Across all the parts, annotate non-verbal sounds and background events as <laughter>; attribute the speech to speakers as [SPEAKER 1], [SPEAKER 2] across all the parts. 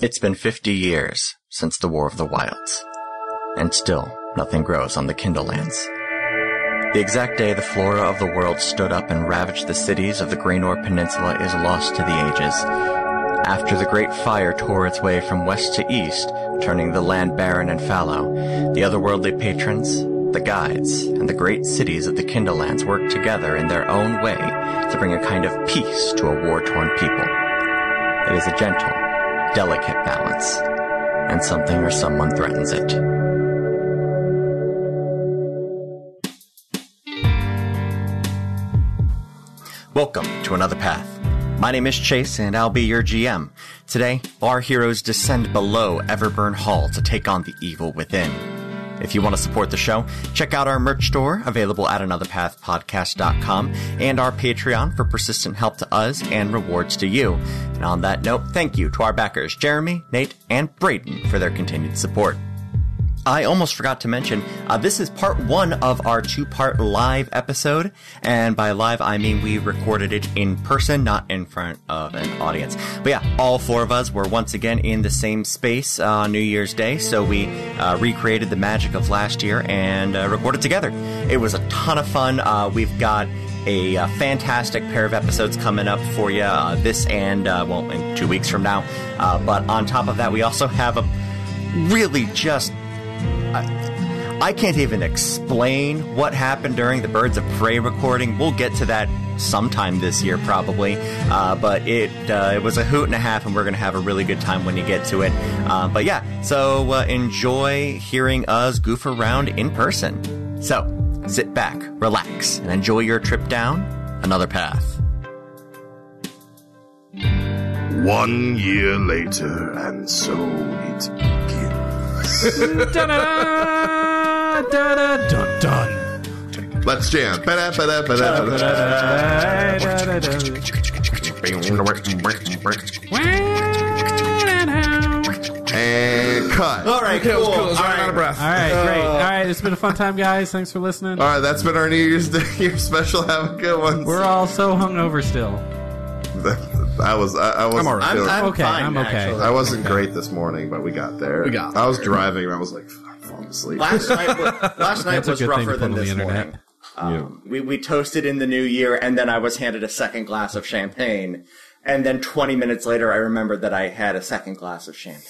[SPEAKER 1] It's been 50 years since the War of the Wilds, and still nothing grows on the Kindlelands. The exact day the flora of the world stood up and ravaged the cities of the Greenor Peninsula is lost to the ages. After the Great Fire tore its way from west to east, turning the land barren and fallow, the otherworldly patrons, the guides, and the great cities of the Kindlelands worked together in their own way to bring a kind of peace to a war-torn people. It is a gentle, delicate balance, and something or someone threatens it. Welcome to Another Path. My name is Chase, and I'll be your GM. Today, our heroes descend below Everburn Hall to take on the evil within. If you want to support the show, check out our merch store available at anotherpathpodcast.com and our Patreon for persistent help to us and rewards to you. And on that note, thank you to our backers, Jeremy, Nate, and Brayden for their continued support. I almost forgot to mention, uh, this is part one of our two part live episode. And by live, I mean we recorded it in person, not in front of an audience. But yeah, all four of us were once again in the same space uh, on New Year's Day. So we uh, recreated the magic of last year and uh, recorded together. It was a ton of fun. Uh, we've got a uh, fantastic pair of episodes coming up for you uh, this and, uh, well, in two weeks from now. Uh, but on top of that, we also have a really just I can't even explain what happened during the Birds of Prey recording. We'll get to that sometime this year, probably. Uh, but it uh, it was a hoot and a half, and we're going to have a really good time when you get to it. Uh, but yeah, so uh, enjoy hearing us goof around in person. So sit back, relax, and enjoy your trip down another path.
[SPEAKER 2] One year later, and so it begins.
[SPEAKER 3] Da-da, da-da, dun, dun.
[SPEAKER 2] Let's jam. Ba-da, ba-da, ba-da, ba-da.
[SPEAKER 3] Da-da-da-da. Wa-da-da.
[SPEAKER 2] And cut.
[SPEAKER 1] All right, cool.
[SPEAKER 2] All right.
[SPEAKER 4] Uh,
[SPEAKER 3] All right, great. All right, it's been a fun time, guys. Thanks for listening.
[SPEAKER 2] All
[SPEAKER 4] Uh,
[SPEAKER 2] right, that's been our New Year's <laughs> Day year special. Have a good one.
[SPEAKER 3] We're all so hungover still.
[SPEAKER 2] I was. I, I wasn't.
[SPEAKER 4] all right.
[SPEAKER 2] feeling-
[SPEAKER 1] I'm
[SPEAKER 3] Okay,
[SPEAKER 1] fine,
[SPEAKER 3] I'm okay.
[SPEAKER 1] actually.
[SPEAKER 2] I wasn't great this morning, but we got there.
[SPEAKER 4] We got
[SPEAKER 2] I was driving and I was like, I'm falling asleep.
[SPEAKER 1] Last night
[SPEAKER 3] <laughs>
[SPEAKER 1] was, last night
[SPEAKER 3] That's a
[SPEAKER 1] was
[SPEAKER 3] good thing to
[SPEAKER 1] rougher
[SPEAKER 3] put
[SPEAKER 1] than
[SPEAKER 3] on the
[SPEAKER 1] this
[SPEAKER 3] internet.
[SPEAKER 1] morning. Um, we, we toasted in the new year, and then I was handed a second glass of champagne. And then 20 minutes later, I remembered that I had a second glass of
[SPEAKER 3] <laughs>
[SPEAKER 1] champagne.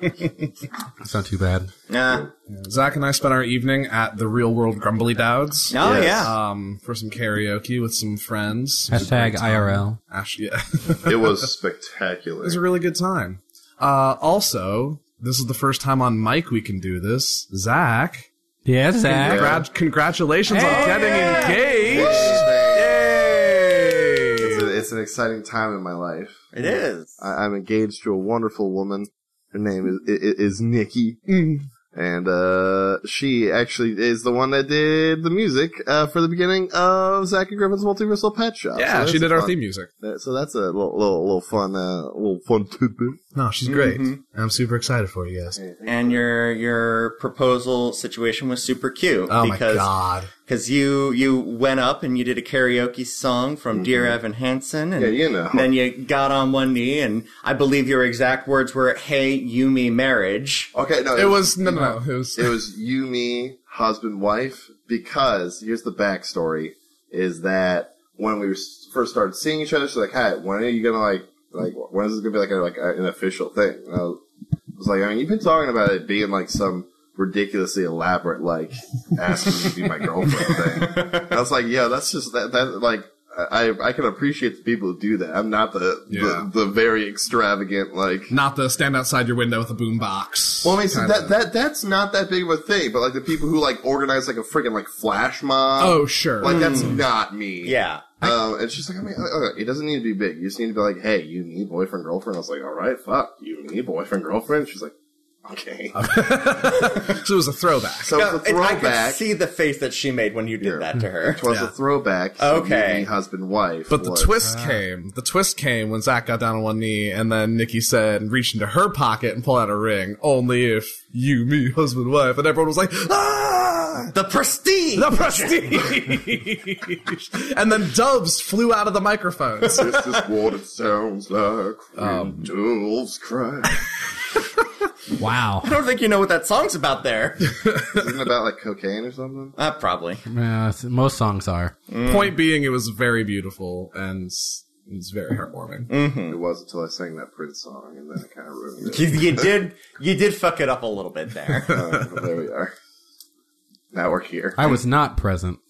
[SPEAKER 4] It's not too bad.
[SPEAKER 1] nah.
[SPEAKER 4] Zach and I spent our evening at the Real World Grumbly Dowds.
[SPEAKER 1] Oh,
[SPEAKER 2] Yes.
[SPEAKER 1] yeah.
[SPEAKER 4] Um, for some karaoke with some friends. It was a
[SPEAKER 3] Hashtag
[SPEAKER 4] great time.
[SPEAKER 3] IRL.
[SPEAKER 4] Ash- yeah. <laughs> it
[SPEAKER 2] It was spectacular.
[SPEAKER 4] was a really good time. Uh, also, this is the first time on mic we can do this. Zach,
[SPEAKER 3] Yes, Zach.
[SPEAKER 4] congrat- congratulations on getting engaged.
[SPEAKER 2] It's, a- it's an exciting time in my life.
[SPEAKER 3] Oh,
[SPEAKER 1] It is.
[SPEAKER 2] I, I'm engaged to a wonderful woman. Her name is is, is Nikki, and uh, she actually is the one that did the music uh, for the beginning of Zach and Griffin's Multiversal Pet Shop. So
[SPEAKER 4] Yeah,
[SPEAKER 2] that's
[SPEAKER 4] she did
[SPEAKER 2] a
[SPEAKER 4] our
[SPEAKER 2] fun-
[SPEAKER 4] theme music.
[SPEAKER 2] that- so that's a little little, little fun uh, little fun tidbit.
[SPEAKER 4] No, she's great. I'm super excited for you guys.
[SPEAKER 1] And your your proposal situation was super cute
[SPEAKER 4] Oh
[SPEAKER 1] because
[SPEAKER 4] my god.
[SPEAKER 1] cause you you went up and you did a karaoke song from
[SPEAKER 3] Mm-hmm.
[SPEAKER 1] Dear Evan Hansen, and
[SPEAKER 2] Yeah, you know.
[SPEAKER 1] then you got on one knee, and I believe your exact words were "Hey, you me marriage."
[SPEAKER 2] Okay, no,
[SPEAKER 4] It was no no, no it was
[SPEAKER 2] it was you, me, husband, wife. Because here's the backstory: is that when we s- first started seeing each other, she's like, "Hey, when are you gonna like like when is this gonna be like a, like a, an official thing?" And I was was like, "I mean, you've been talking about it being like some ridiculously elaborate like asking me to be my girlfriend thing." And I was like, "Yeah, that's just that that like." I I can appreciate the people who do that. I'm not the
[SPEAKER 4] Yeah.
[SPEAKER 2] the, the very extravagant like
[SPEAKER 4] not the stand outside your window with a boombox.
[SPEAKER 2] well, I mean, so
[SPEAKER 4] kinda-
[SPEAKER 2] that, that that's not that big of a thing, but like the people who like organize like a freaking like flash mob.
[SPEAKER 4] Oh sure.
[SPEAKER 2] like that's not me.
[SPEAKER 1] Hmm. Yeah.
[SPEAKER 2] Um, it's just like I mean, uh, it doesn't need to be big. You just need to be like, hey, you need boyfriend girlfriend. I was like, all right, fuck, you need boyfriend girlfriend. She's like,
[SPEAKER 4] <laughs>
[SPEAKER 2] okay.
[SPEAKER 4] so it was a throwback.
[SPEAKER 1] <laughs>
[SPEAKER 2] So it's a
[SPEAKER 1] And I
[SPEAKER 2] throwback.
[SPEAKER 1] could see the face that she made when you did that to her.
[SPEAKER 2] It was a
[SPEAKER 4] Yeah.
[SPEAKER 2] throwback. to
[SPEAKER 1] Okay.
[SPEAKER 2] me, husband, wife.
[SPEAKER 4] But the
[SPEAKER 2] was-
[SPEAKER 4] twist came. The twist came when Zach got down on one knee, and then Nikki said, reached into her pocket and pulled out a ring. Only if you, me, husband, wife, and everyone was like, ah!
[SPEAKER 1] The prestige.
[SPEAKER 4] The prestige. <laughs> and then doves flew out of the microphones.
[SPEAKER 2] this is what it sounds like when
[SPEAKER 4] Um,
[SPEAKER 2] doves
[SPEAKER 4] <laughs>
[SPEAKER 2] cry.
[SPEAKER 3] Wow.
[SPEAKER 1] I don't think you know what that song's about
[SPEAKER 2] <laughs>
[SPEAKER 1] there.
[SPEAKER 2] Isn't it about like cocaine or something?
[SPEAKER 1] Uh, probably.
[SPEAKER 3] Yeah, s- most songs are.
[SPEAKER 4] Point being, it was very beautiful and s- it's very heartwarming.
[SPEAKER 2] It was until I sang that Prince song, and then it kind of ruined
[SPEAKER 1] You,
[SPEAKER 2] it.
[SPEAKER 1] you did you did fuck it up a little bit
[SPEAKER 2] <laughs>
[SPEAKER 1] there.
[SPEAKER 2] Uh, but there we are. Now we're here.
[SPEAKER 3] I was not present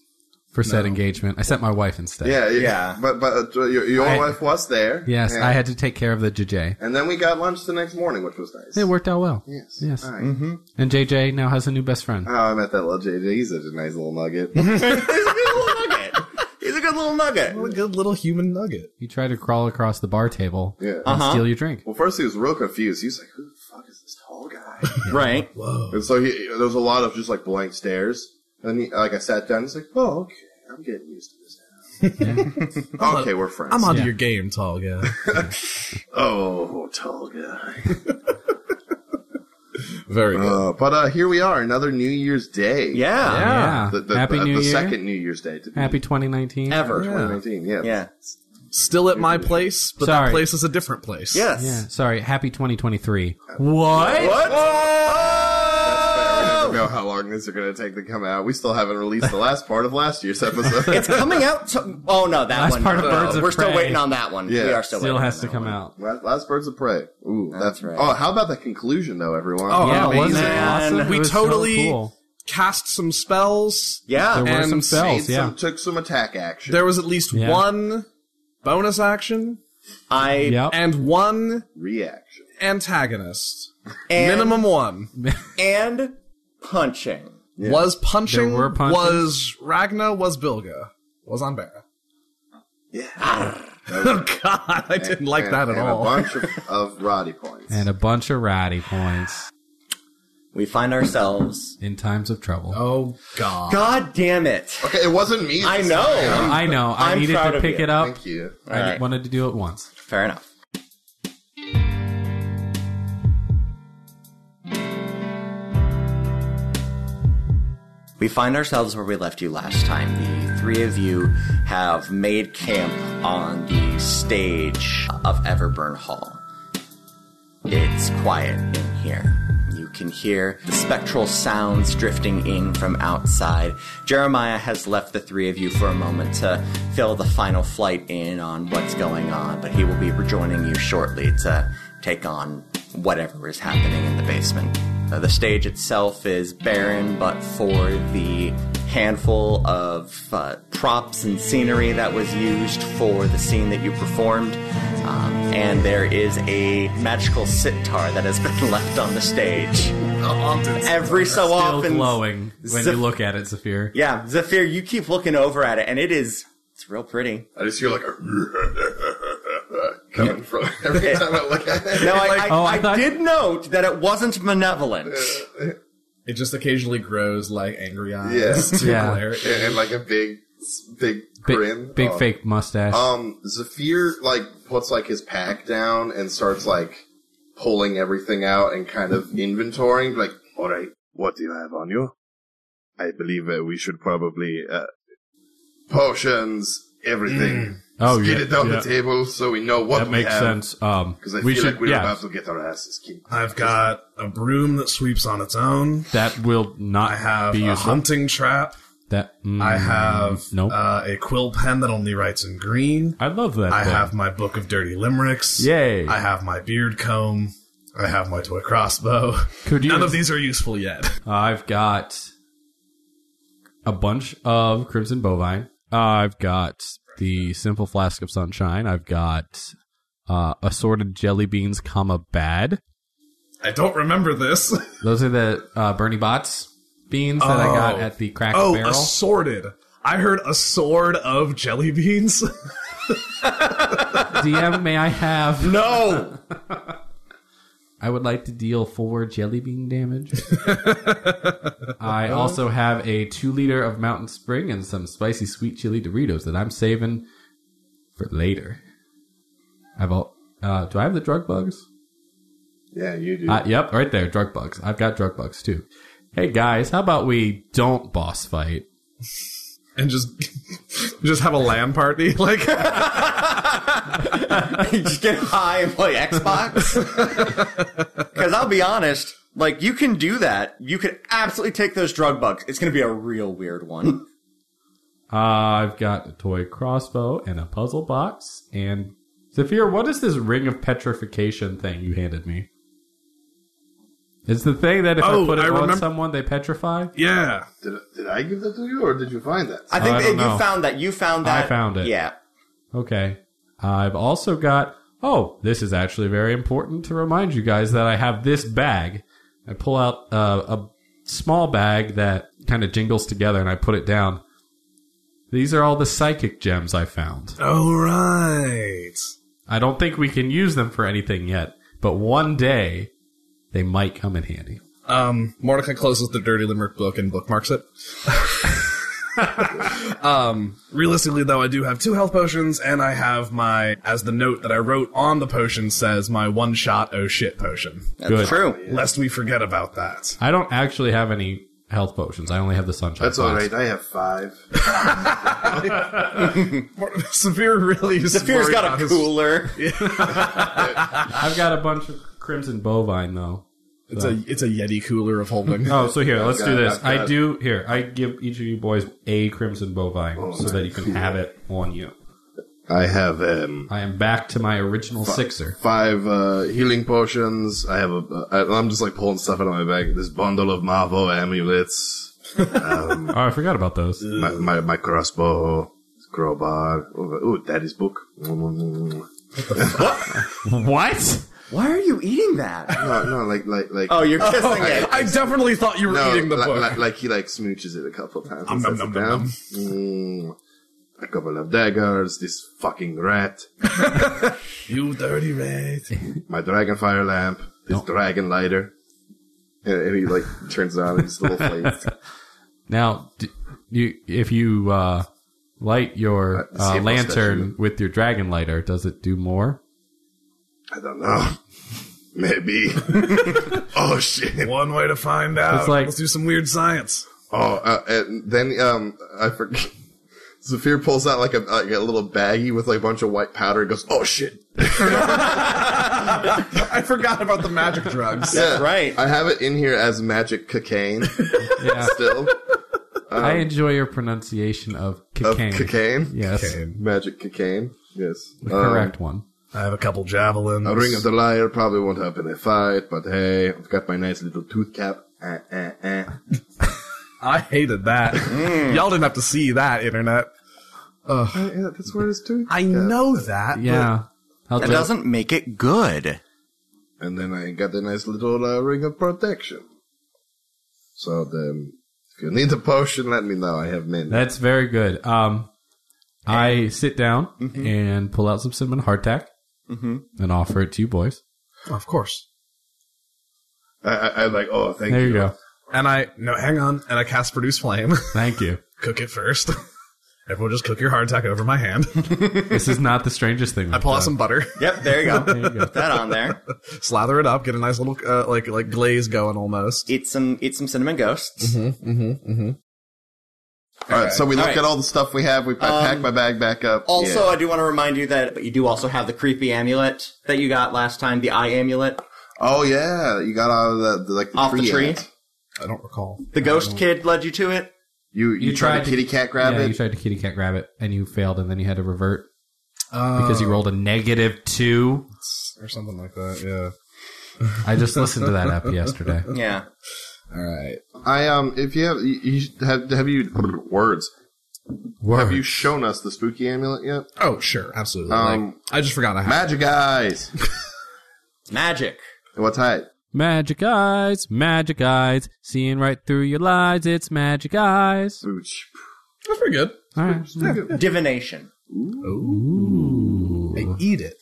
[SPEAKER 3] for said engagement. I sent my wife instead.
[SPEAKER 2] yeah, yeah,
[SPEAKER 1] Yeah.
[SPEAKER 2] But but uh, your, your
[SPEAKER 3] I-
[SPEAKER 2] wife was there.
[SPEAKER 3] Yes,
[SPEAKER 2] and,
[SPEAKER 3] I had to take care of the JJ.
[SPEAKER 2] And then we got lunch the next morning, which was nice.
[SPEAKER 3] It worked out well.
[SPEAKER 2] Yes.
[SPEAKER 3] Yes. Mm-hmm.
[SPEAKER 2] All right.
[SPEAKER 3] And JJ now has a new best
[SPEAKER 1] Uh-huh.
[SPEAKER 3] friend.
[SPEAKER 2] Oh, I met that little JJ. He's such a nice little nugget.
[SPEAKER 3] Mm-hmm.
[SPEAKER 1] He's a good little nugget. He's a good little nugget.
[SPEAKER 4] What a good little human nugget.
[SPEAKER 3] He tried to crawl across the bar table
[SPEAKER 2] Yeah.
[SPEAKER 3] and
[SPEAKER 1] Uh-huh.
[SPEAKER 3] steal your drink.
[SPEAKER 2] Well, first he was real confused. He was like, "Who the fuck is this
[SPEAKER 3] <laughs>
[SPEAKER 2] tall guy?"
[SPEAKER 1] Right.
[SPEAKER 2] and so he, there was a lot of just like blank stares. And he, like I sat down, he's like, "Oh, okay, I'm getting used to this
[SPEAKER 3] <laughs>
[SPEAKER 2] now." okay, we're friends.
[SPEAKER 4] I'm onto
[SPEAKER 3] Yeah.
[SPEAKER 4] your game, tall guy.
[SPEAKER 2] oh, tall guy.
[SPEAKER 4] Very good.
[SPEAKER 2] Uh, but uh, here we are, another New Year's Day.
[SPEAKER 1] Yeah.
[SPEAKER 3] Yeah.
[SPEAKER 2] The, the,
[SPEAKER 3] Uh, Happy
[SPEAKER 2] the,
[SPEAKER 3] New
[SPEAKER 2] the
[SPEAKER 3] Year.
[SPEAKER 2] second New Year's Day to be
[SPEAKER 3] Happy 2019.
[SPEAKER 1] Ever. Yeah.
[SPEAKER 2] 2019. Yeah.
[SPEAKER 4] Still at my place, but
[SPEAKER 3] Sorry.
[SPEAKER 4] that place is a different place.
[SPEAKER 1] Yes.
[SPEAKER 3] Yeah. Sorry. Happy 2023. What?
[SPEAKER 1] What?
[SPEAKER 2] I don't know how long this is going to take to come out. We still haven't released the last part of last year's episode.
[SPEAKER 1] It's coming out. To- oh no, that
[SPEAKER 3] That's
[SPEAKER 1] one.
[SPEAKER 3] part of
[SPEAKER 1] No,
[SPEAKER 3] Birds of
[SPEAKER 1] We're still
[SPEAKER 3] Prey.
[SPEAKER 1] waiting on that one.
[SPEAKER 2] Yeah.
[SPEAKER 1] We are still.
[SPEAKER 3] Still
[SPEAKER 1] waiting
[SPEAKER 3] has
[SPEAKER 1] on
[SPEAKER 3] to
[SPEAKER 1] that
[SPEAKER 3] come
[SPEAKER 1] one.
[SPEAKER 3] out.
[SPEAKER 2] <laughs> last, last Birds of Prey. Ooh,
[SPEAKER 1] That's right.
[SPEAKER 2] Oh, how about that conclusion though, everyone?
[SPEAKER 4] Oh,
[SPEAKER 3] Yeah, wasn't it
[SPEAKER 1] Man.
[SPEAKER 3] awesome?
[SPEAKER 4] We
[SPEAKER 3] It was so
[SPEAKER 4] totally
[SPEAKER 3] cool.
[SPEAKER 4] cast some spells.
[SPEAKER 1] Yeah.
[SPEAKER 3] There were
[SPEAKER 4] And
[SPEAKER 3] some
[SPEAKER 2] Made
[SPEAKER 3] spells,
[SPEAKER 2] some-
[SPEAKER 3] yeah.
[SPEAKER 2] took some attack action.
[SPEAKER 4] There was at least
[SPEAKER 3] Yeah.
[SPEAKER 4] one bonus action
[SPEAKER 1] I
[SPEAKER 3] Yep.
[SPEAKER 4] and one
[SPEAKER 2] reaction.
[SPEAKER 4] antagonist.
[SPEAKER 1] and,
[SPEAKER 4] Minimum one.
[SPEAKER 1] and punching.
[SPEAKER 4] Was punching,
[SPEAKER 3] There were punches.
[SPEAKER 4] was Ragna, was Bilga, was Anbera. <laughs>
[SPEAKER 1] Ah.
[SPEAKER 4] Yeah. oh god, I didn't like
[SPEAKER 2] And-
[SPEAKER 4] that at
[SPEAKER 2] and
[SPEAKER 4] all.
[SPEAKER 2] A bunch of, of Roddy points.
[SPEAKER 3] and a bunch of ratty points
[SPEAKER 1] We find ourselves.
[SPEAKER 3] in times of trouble.
[SPEAKER 4] Oh god.
[SPEAKER 1] God damn it!
[SPEAKER 2] okay, it wasn't me.
[SPEAKER 1] I
[SPEAKER 2] this
[SPEAKER 1] know.
[SPEAKER 2] time.
[SPEAKER 3] I know. I
[SPEAKER 1] I'm
[SPEAKER 3] needed
[SPEAKER 1] proud
[SPEAKER 3] to
[SPEAKER 1] of
[SPEAKER 3] pick
[SPEAKER 1] you.
[SPEAKER 3] it up.
[SPEAKER 2] Thank you.
[SPEAKER 1] All
[SPEAKER 3] I
[SPEAKER 1] right.
[SPEAKER 3] wanted to do it once.
[SPEAKER 1] Fair enough. We find ourselves where we left you last time. The three of you have made camp on the stage of Everburn Hall. It's quiet in here. You can hear the spectral sounds drifting in from outside. Jeremiah has left the three of you for a moment to fill the final flight in on what's going on, but he will be rejoining you shortly to take on whatever is happening in the basement. Now, Uh, the stage itself is barren, but for the handful of uh, props and scenery that was used for the scene that you performed, um, and there is a magical sitar that has <laughs> been left on the stage. Every so often,
[SPEAKER 3] Still glowing when
[SPEAKER 1] Zip-
[SPEAKER 3] you look at it, Zafir.
[SPEAKER 1] yeah, Zephyr, you keep looking over at it, and it is it's real
[SPEAKER 3] <laughs>
[SPEAKER 1] pretty.
[SPEAKER 2] I just hear like a <laughs> coming from every time I look
[SPEAKER 1] <laughs>
[SPEAKER 2] at it.
[SPEAKER 1] Now, I, I,
[SPEAKER 3] Oh, I
[SPEAKER 1] I,
[SPEAKER 3] thought-
[SPEAKER 1] did note that it wasn't malevolent.
[SPEAKER 4] It just occasionally grows like angry eyes.
[SPEAKER 2] Yeah.
[SPEAKER 4] to
[SPEAKER 3] Yeah.
[SPEAKER 4] glare at you.
[SPEAKER 2] and, and like a big, big
[SPEAKER 3] Big,
[SPEAKER 2] grin.
[SPEAKER 3] big
[SPEAKER 2] Oh.
[SPEAKER 3] fake mustache.
[SPEAKER 2] Um, Zafir like puts like his pack down and starts like pulling everything out and kind of inventorying. Like, all right, what do you have on you? I believe uh, we should probably uh, potions, everything.
[SPEAKER 3] Oh,
[SPEAKER 2] Get
[SPEAKER 3] yeah,
[SPEAKER 2] it down
[SPEAKER 3] yeah.
[SPEAKER 2] the table so we know what
[SPEAKER 3] That
[SPEAKER 2] we
[SPEAKER 3] makes
[SPEAKER 2] have.
[SPEAKER 3] sense. Um,
[SPEAKER 2] Because I
[SPEAKER 3] we
[SPEAKER 2] feel
[SPEAKER 3] should,
[SPEAKER 2] like we're
[SPEAKER 3] yeah,
[SPEAKER 2] about to get our asses kicked.
[SPEAKER 4] I've got a broom that sweeps on its own.
[SPEAKER 3] that will not
[SPEAKER 4] I have
[SPEAKER 3] be
[SPEAKER 4] a
[SPEAKER 3] useful.
[SPEAKER 4] hunting trap.
[SPEAKER 3] That mm,
[SPEAKER 4] I have
[SPEAKER 3] nope.
[SPEAKER 4] uh, a quill pen that only writes in green.
[SPEAKER 3] I love that.
[SPEAKER 4] I
[SPEAKER 3] thing.
[SPEAKER 4] have my book of dirty limericks.
[SPEAKER 3] Yay.
[SPEAKER 4] I have my beard comb. I have my toy crossbow.
[SPEAKER 3] Could you-
[SPEAKER 4] None of these are useful yet. <laughs>
[SPEAKER 3] I've got a bunch of Crimson Bovine. I've got the Simple Flask of Sunshine. I've got uh, assorted jelly beans, comma bad.
[SPEAKER 4] I don't remember this.
[SPEAKER 3] Those are the uh, Bernie Bots beans that I got
[SPEAKER 4] Oh.
[SPEAKER 3] at the Cracker
[SPEAKER 4] Oh,
[SPEAKER 3] Barrel.
[SPEAKER 4] assorted. I heard a sword of jelly beans. <laughs>
[SPEAKER 3] DM, may I
[SPEAKER 4] <laughs>
[SPEAKER 3] have?
[SPEAKER 1] No,
[SPEAKER 3] I would like to deal four jelly bean damage. I also have a two liter of Mountain Spring and some spicy sweet chili Doritos that I'm saving for later. I've all. Uh, do I have the drug bugs?
[SPEAKER 2] Yeah, you do.
[SPEAKER 3] Uh, yep, right there, drug bugs. I've got drug bugs too. hey guys, how about we don't boss fight?
[SPEAKER 4] and just <laughs> just have a LAN party. <laughs> Like
[SPEAKER 1] <laughs> just get high and play
[SPEAKER 3] <laughs>
[SPEAKER 1] Xbox. Because I'll be honest, like you can do that. You can absolutely take those drug bugs. It's going to be a real weird
[SPEAKER 3] <laughs>
[SPEAKER 1] one.
[SPEAKER 3] Uh, I've got a toy crossbow and a puzzle box. And Zafir, what is this ring of petrification thing you handed me? It's the thing that if I
[SPEAKER 4] Oh,
[SPEAKER 3] put it
[SPEAKER 4] I
[SPEAKER 3] on
[SPEAKER 4] remember-
[SPEAKER 3] someone, they petrify.
[SPEAKER 4] yeah.
[SPEAKER 2] Did, did I give that to you, or did you find that?
[SPEAKER 1] I think
[SPEAKER 3] I
[SPEAKER 1] that
[SPEAKER 3] don't
[SPEAKER 1] you
[SPEAKER 3] know.
[SPEAKER 1] found that. You found
[SPEAKER 3] I
[SPEAKER 1] that.
[SPEAKER 3] found it.
[SPEAKER 1] Yeah.
[SPEAKER 3] Okay. I've also got. Oh, this is actually very important to remind you guys that I have this bag. I pull out uh, a small bag that kind of jingles together and I put it down. These are all the psychic gems I found.
[SPEAKER 4] All right.
[SPEAKER 3] I don't think we can use them for anything yet, but one day they might come in handy.
[SPEAKER 4] Um, Mordecai closes the Dirty Limerick book and
[SPEAKER 1] <laughs>
[SPEAKER 4] bookmarks it. um, realistically, though, I do have two health potions, and I have my, as the note that I wrote on the potion says, my one shot oh shit potion.
[SPEAKER 1] That's
[SPEAKER 3] Good.
[SPEAKER 1] true.
[SPEAKER 4] Lest we forget about that.
[SPEAKER 3] I don't actually have any health potions. I only have the sunshine.
[SPEAKER 2] That's all
[SPEAKER 3] flask.
[SPEAKER 2] right. I have five.
[SPEAKER 4] Mor- <laughs> Severe really is.
[SPEAKER 1] Fear's
[SPEAKER 4] worried
[SPEAKER 1] got
[SPEAKER 4] about
[SPEAKER 1] a
[SPEAKER 3] <laughs>
[SPEAKER 4] his-
[SPEAKER 1] cooler.
[SPEAKER 3] I've got a bunch of crimson bovine though.
[SPEAKER 4] It's a it's a Yeti cooler of holding.
[SPEAKER 3] Oh, so here, let's
[SPEAKER 2] got
[SPEAKER 3] do
[SPEAKER 2] it,
[SPEAKER 3] this.
[SPEAKER 2] I've got
[SPEAKER 3] I
[SPEAKER 2] it.
[SPEAKER 3] do here. I give each of you boys a crimson bovine
[SPEAKER 2] Oh,
[SPEAKER 3] so that you can have it on you.
[SPEAKER 2] I have um,
[SPEAKER 3] I am back to my original sixer.
[SPEAKER 2] five uh, healing potions. I have a. I, I'm just like pulling stuff out of my bag. This bundle of Marvel amulets.
[SPEAKER 3] Oh, I forgot about those.
[SPEAKER 2] My, my my crossbow. Crowbar. Ooh, daddy's book.
[SPEAKER 4] Mm-hmm.
[SPEAKER 2] Mm.
[SPEAKER 3] <laughs> What?
[SPEAKER 1] Why are you eating that?
[SPEAKER 2] No, no, like like like.
[SPEAKER 1] Oh,
[SPEAKER 3] <laughs>
[SPEAKER 1] you're
[SPEAKER 4] <laughs>
[SPEAKER 1] kissing it.
[SPEAKER 4] I definitely thought you were
[SPEAKER 2] no,
[SPEAKER 4] eating the
[SPEAKER 2] like,
[SPEAKER 4] book.
[SPEAKER 2] Like, like he like smooches it a couple times. and
[SPEAKER 4] nom,
[SPEAKER 2] sets it
[SPEAKER 4] nom, nom,
[SPEAKER 2] down. Mm. A couple of daggers. This fucking rat.
[SPEAKER 4] you dirty rat.
[SPEAKER 2] my dragonfire lamp, this dragon lighter. And, and he like turns it on and his little
[SPEAKER 4] <laughs>
[SPEAKER 2] flames.
[SPEAKER 3] Now, d- you if you uh, light your
[SPEAKER 2] Uh,
[SPEAKER 3] uh,
[SPEAKER 2] see if I'll
[SPEAKER 3] lantern
[SPEAKER 2] statue.
[SPEAKER 3] with your dragon lighter, does it do more?
[SPEAKER 2] I don't know. Maybe. oh shit.
[SPEAKER 4] One way to find out.
[SPEAKER 3] It's like-
[SPEAKER 4] Let's do some weird science.
[SPEAKER 2] Oh, uh, and then um, I forget. <laughs> Zephyr pulls out like a like a little baggie with like a bunch of white powder. and goes, "Oh shit!"
[SPEAKER 4] I forgot about the magic drugs.
[SPEAKER 2] Yeah,
[SPEAKER 1] right.
[SPEAKER 2] I have it in here as magic cocaine.
[SPEAKER 3] Yeah,
[SPEAKER 2] Still,
[SPEAKER 3] I enjoy your pronunciation of
[SPEAKER 2] of
[SPEAKER 3] cocaine.
[SPEAKER 2] cocaine.
[SPEAKER 3] Yes,
[SPEAKER 2] magic cocaine. Yes, Um,
[SPEAKER 3] correct one.
[SPEAKER 4] I have a couple javelins.
[SPEAKER 2] A ring of the liar probably won't help in a fight, but hey, I've got my nice little tooth cap. Eh, eh, eh.
[SPEAKER 4] I hated
[SPEAKER 2] <laughs>
[SPEAKER 4] that.
[SPEAKER 2] Mm.
[SPEAKER 4] Y'all didn't have to see that, internet.
[SPEAKER 2] Uh, Yeah, that's where it's too.
[SPEAKER 4] I know that.
[SPEAKER 3] Yeah, I'll
[SPEAKER 1] That
[SPEAKER 3] do it.
[SPEAKER 1] doesn't make it good.
[SPEAKER 2] And then I got a nice little uh, ring of protection. So then, if you need a potion, let me know. I have many.
[SPEAKER 3] That's very good. Um, I sit down and pull out some cinnamon hardtack
[SPEAKER 1] Mm-hmm.
[SPEAKER 3] and offer it to you boys.
[SPEAKER 4] Of course.
[SPEAKER 2] I, I, I like. Oh, thank
[SPEAKER 3] there
[SPEAKER 2] you.
[SPEAKER 3] you go.
[SPEAKER 4] And I no, hang on. And I cast produce flame. <laughs>
[SPEAKER 3] Thank you.
[SPEAKER 4] cook it first. <laughs> Everyone, just cook your hardtack over my hand. <laughs>
[SPEAKER 3] This is not the strangest thing.
[SPEAKER 4] I
[SPEAKER 3] we've
[SPEAKER 4] pull out
[SPEAKER 3] done.
[SPEAKER 4] some butter, <laughs>
[SPEAKER 1] Yep, there you go.
[SPEAKER 3] There you go.
[SPEAKER 1] Put that on there.
[SPEAKER 4] slather it up, get a nice little uh, like like glaze going almost.
[SPEAKER 1] Eat some eat some cinnamon ghosts.
[SPEAKER 2] All right, so we look
[SPEAKER 1] All right.
[SPEAKER 2] at all the stuff we have. We I pack my bag back up.
[SPEAKER 1] Also,
[SPEAKER 2] Yeah.
[SPEAKER 1] I do want to remind you that but you do also have the creepy amulet that you got last time, the eye amulet
[SPEAKER 2] oh yeah, you got out of the, the like the
[SPEAKER 1] off the
[SPEAKER 2] tree.
[SPEAKER 1] tree.
[SPEAKER 2] end.
[SPEAKER 4] I don't recall.
[SPEAKER 1] The ghost kid led you to it.
[SPEAKER 2] You you,
[SPEAKER 3] You
[SPEAKER 2] tried,
[SPEAKER 3] tried
[SPEAKER 2] to
[SPEAKER 3] to-
[SPEAKER 2] kitty cat grab
[SPEAKER 3] Yeah, you
[SPEAKER 2] it.
[SPEAKER 3] tried to kitty cat grab it and you failed, and then you had to revert
[SPEAKER 4] Uh,
[SPEAKER 3] because you rolled a negative two.
[SPEAKER 4] or something like that. Yeah.
[SPEAKER 3] I just listened to that app yesterday.
[SPEAKER 1] Yeah.
[SPEAKER 4] All right.
[SPEAKER 2] I um, if you have you, you have have you words? Have
[SPEAKER 3] Word.
[SPEAKER 2] you shown us the spooky amulet yet?
[SPEAKER 4] Oh sure, absolutely.
[SPEAKER 2] Um,
[SPEAKER 4] Like, I just forgot I had.
[SPEAKER 2] Magic eyes.
[SPEAKER 1] Magic.
[SPEAKER 2] What's height?
[SPEAKER 3] magic eyes, magic eyes, seeing right through your lies. It's magic eyes.
[SPEAKER 2] Booch.
[SPEAKER 4] That's pretty good.
[SPEAKER 3] All right.
[SPEAKER 1] Divination.
[SPEAKER 4] I eat it.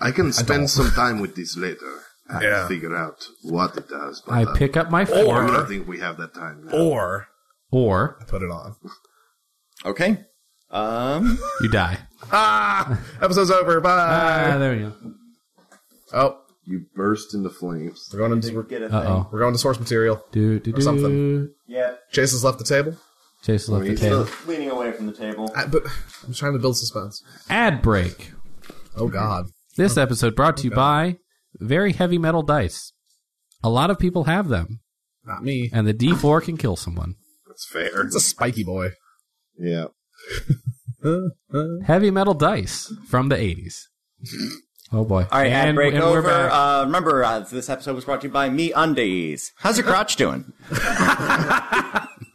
[SPEAKER 2] I can spend some time with this later and
[SPEAKER 4] Yeah.
[SPEAKER 2] figure out what it does. But
[SPEAKER 3] I Oh.
[SPEAKER 2] uh,
[SPEAKER 3] pick up my
[SPEAKER 2] I
[SPEAKER 3] fork
[SPEAKER 2] don't think we have that time. Now.
[SPEAKER 4] Or
[SPEAKER 3] or
[SPEAKER 4] I put it on.
[SPEAKER 1] Okay. Um
[SPEAKER 3] you die.
[SPEAKER 4] Ah, episode's over. Bye.
[SPEAKER 3] Ah, there we go.
[SPEAKER 4] oh,
[SPEAKER 2] You burst into flames.
[SPEAKER 4] We're going into
[SPEAKER 1] Get a
[SPEAKER 3] Uh
[SPEAKER 1] thing.
[SPEAKER 3] oh.
[SPEAKER 4] we're going to source material.
[SPEAKER 3] Do, do, do.
[SPEAKER 4] something.
[SPEAKER 1] Yeah.
[SPEAKER 4] Chase has left the table.
[SPEAKER 3] Chase left the
[SPEAKER 2] He's
[SPEAKER 3] table.
[SPEAKER 2] still-
[SPEAKER 1] Leaning away from the table.
[SPEAKER 4] I, but I'm trying to build suspense.
[SPEAKER 3] Ad break.
[SPEAKER 4] Oh God.
[SPEAKER 3] This episode brought to you by very heavy metal dice. A lot of people have them,
[SPEAKER 4] Not me.
[SPEAKER 3] and the D4 can kill someone.
[SPEAKER 2] That's fair.
[SPEAKER 4] It's a spiky boy.
[SPEAKER 2] Yeah.
[SPEAKER 3] Heavy metal dice from the 80s. Oh boy.
[SPEAKER 1] All right, ad
[SPEAKER 3] and,
[SPEAKER 1] break
[SPEAKER 3] and we're
[SPEAKER 1] over.
[SPEAKER 3] back.
[SPEAKER 1] Uh, remember, uh, this episode was brought to you by Me Undies. How's your crotch doing?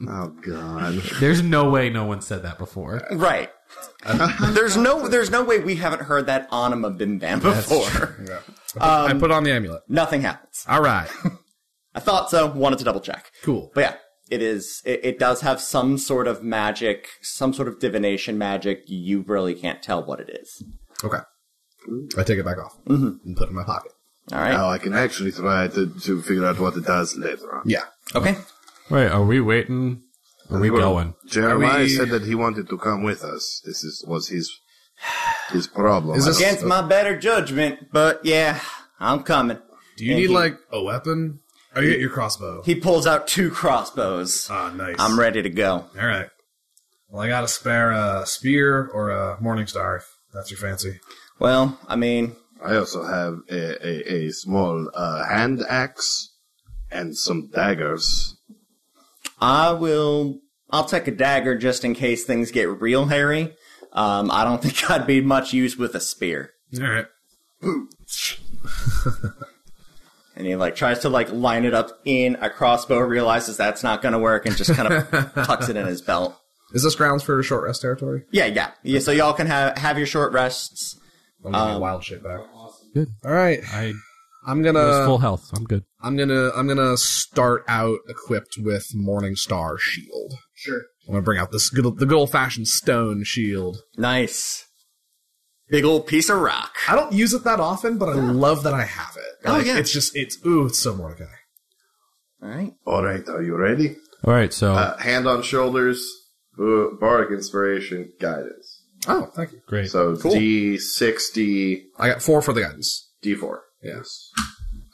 [SPEAKER 2] Oh God.
[SPEAKER 3] There's no way no one said that before.
[SPEAKER 1] Right. there's no, there's no way we haven't heard that Anima Bim Bam before.
[SPEAKER 4] I put on the amulet.
[SPEAKER 1] Nothing happens.
[SPEAKER 4] All right.
[SPEAKER 1] I thought so. Wanted to double check.
[SPEAKER 4] Cool.
[SPEAKER 1] But yeah, it is. It, it does have some sort of magic, some sort of divination magic. You really can't tell what it is.
[SPEAKER 4] Okay. I take it back off
[SPEAKER 1] Mm-hmm.
[SPEAKER 4] and put it in my pocket.
[SPEAKER 1] All right.
[SPEAKER 2] Now I can actually try to, to figure out what it does later on.
[SPEAKER 4] Yeah.
[SPEAKER 1] okay.
[SPEAKER 3] Wait, are we waiting? Are we going?
[SPEAKER 2] Jeremiah
[SPEAKER 4] Are we-
[SPEAKER 2] said that he wanted to come with us. This is was his his problem.
[SPEAKER 4] Is
[SPEAKER 2] I
[SPEAKER 4] this-
[SPEAKER 2] don't-
[SPEAKER 1] Against my better judgment, but yeah, I'm coming.
[SPEAKER 4] Do you
[SPEAKER 1] And
[SPEAKER 4] need
[SPEAKER 1] he-
[SPEAKER 4] like a weapon? Oh, you get your crossbow.
[SPEAKER 1] He pulls out two crossbows.
[SPEAKER 4] Ah, nice.
[SPEAKER 1] I'm ready to go.
[SPEAKER 4] All right. Well, I got a spare uh, spear or a morning star. If that's your fancy.
[SPEAKER 1] Well, I mean,
[SPEAKER 2] I also have a, a, a small uh, hand axe and some daggers.
[SPEAKER 1] I will. I'll take a dagger just in case things get real hairy. Um, I don't <laughs> think I'd be much use with a spear.
[SPEAKER 4] All right.
[SPEAKER 1] And he like tries to like line it up in a crossbow, realizes that's not going to work, and just kind of tucks it in his belt.
[SPEAKER 4] Is this grounds for short rest territory?
[SPEAKER 1] Yeah, yeah, yeah. So y'all can have have your short rests.
[SPEAKER 4] I'm gonna
[SPEAKER 1] Um,
[SPEAKER 4] get wild shit back.
[SPEAKER 3] Good.
[SPEAKER 4] All right.
[SPEAKER 3] I
[SPEAKER 4] I'm
[SPEAKER 3] was
[SPEAKER 4] gonna
[SPEAKER 3] full health, so I'm good.
[SPEAKER 4] I'm gonna I'm gonna start out equipped with Morning Star Shield.
[SPEAKER 1] Sure.
[SPEAKER 4] I'm gonna bring out this good the good old fashioned stone shield.
[SPEAKER 1] Nice. Big old piece of rock.
[SPEAKER 4] I don't use it that often, but I love that I have it.
[SPEAKER 1] Oh,
[SPEAKER 4] Like,
[SPEAKER 1] yeah.
[SPEAKER 4] It's just it's ooh, it's so Mordecai.
[SPEAKER 1] All right.
[SPEAKER 2] All right, are you ready?
[SPEAKER 3] All right, so
[SPEAKER 2] Uh, hand on shoulders, uh, bardic inspiration, guidance.
[SPEAKER 4] Oh, thank you.
[SPEAKER 3] great.
[SPEAKER 2] So
[SPEAKER 1] Cool.
[SPEAKER 2] D sixty
[SPEAKER 4] I got four for the guidance.
[SPEAKER 2] D four.
[SPEAKER 4] Yes.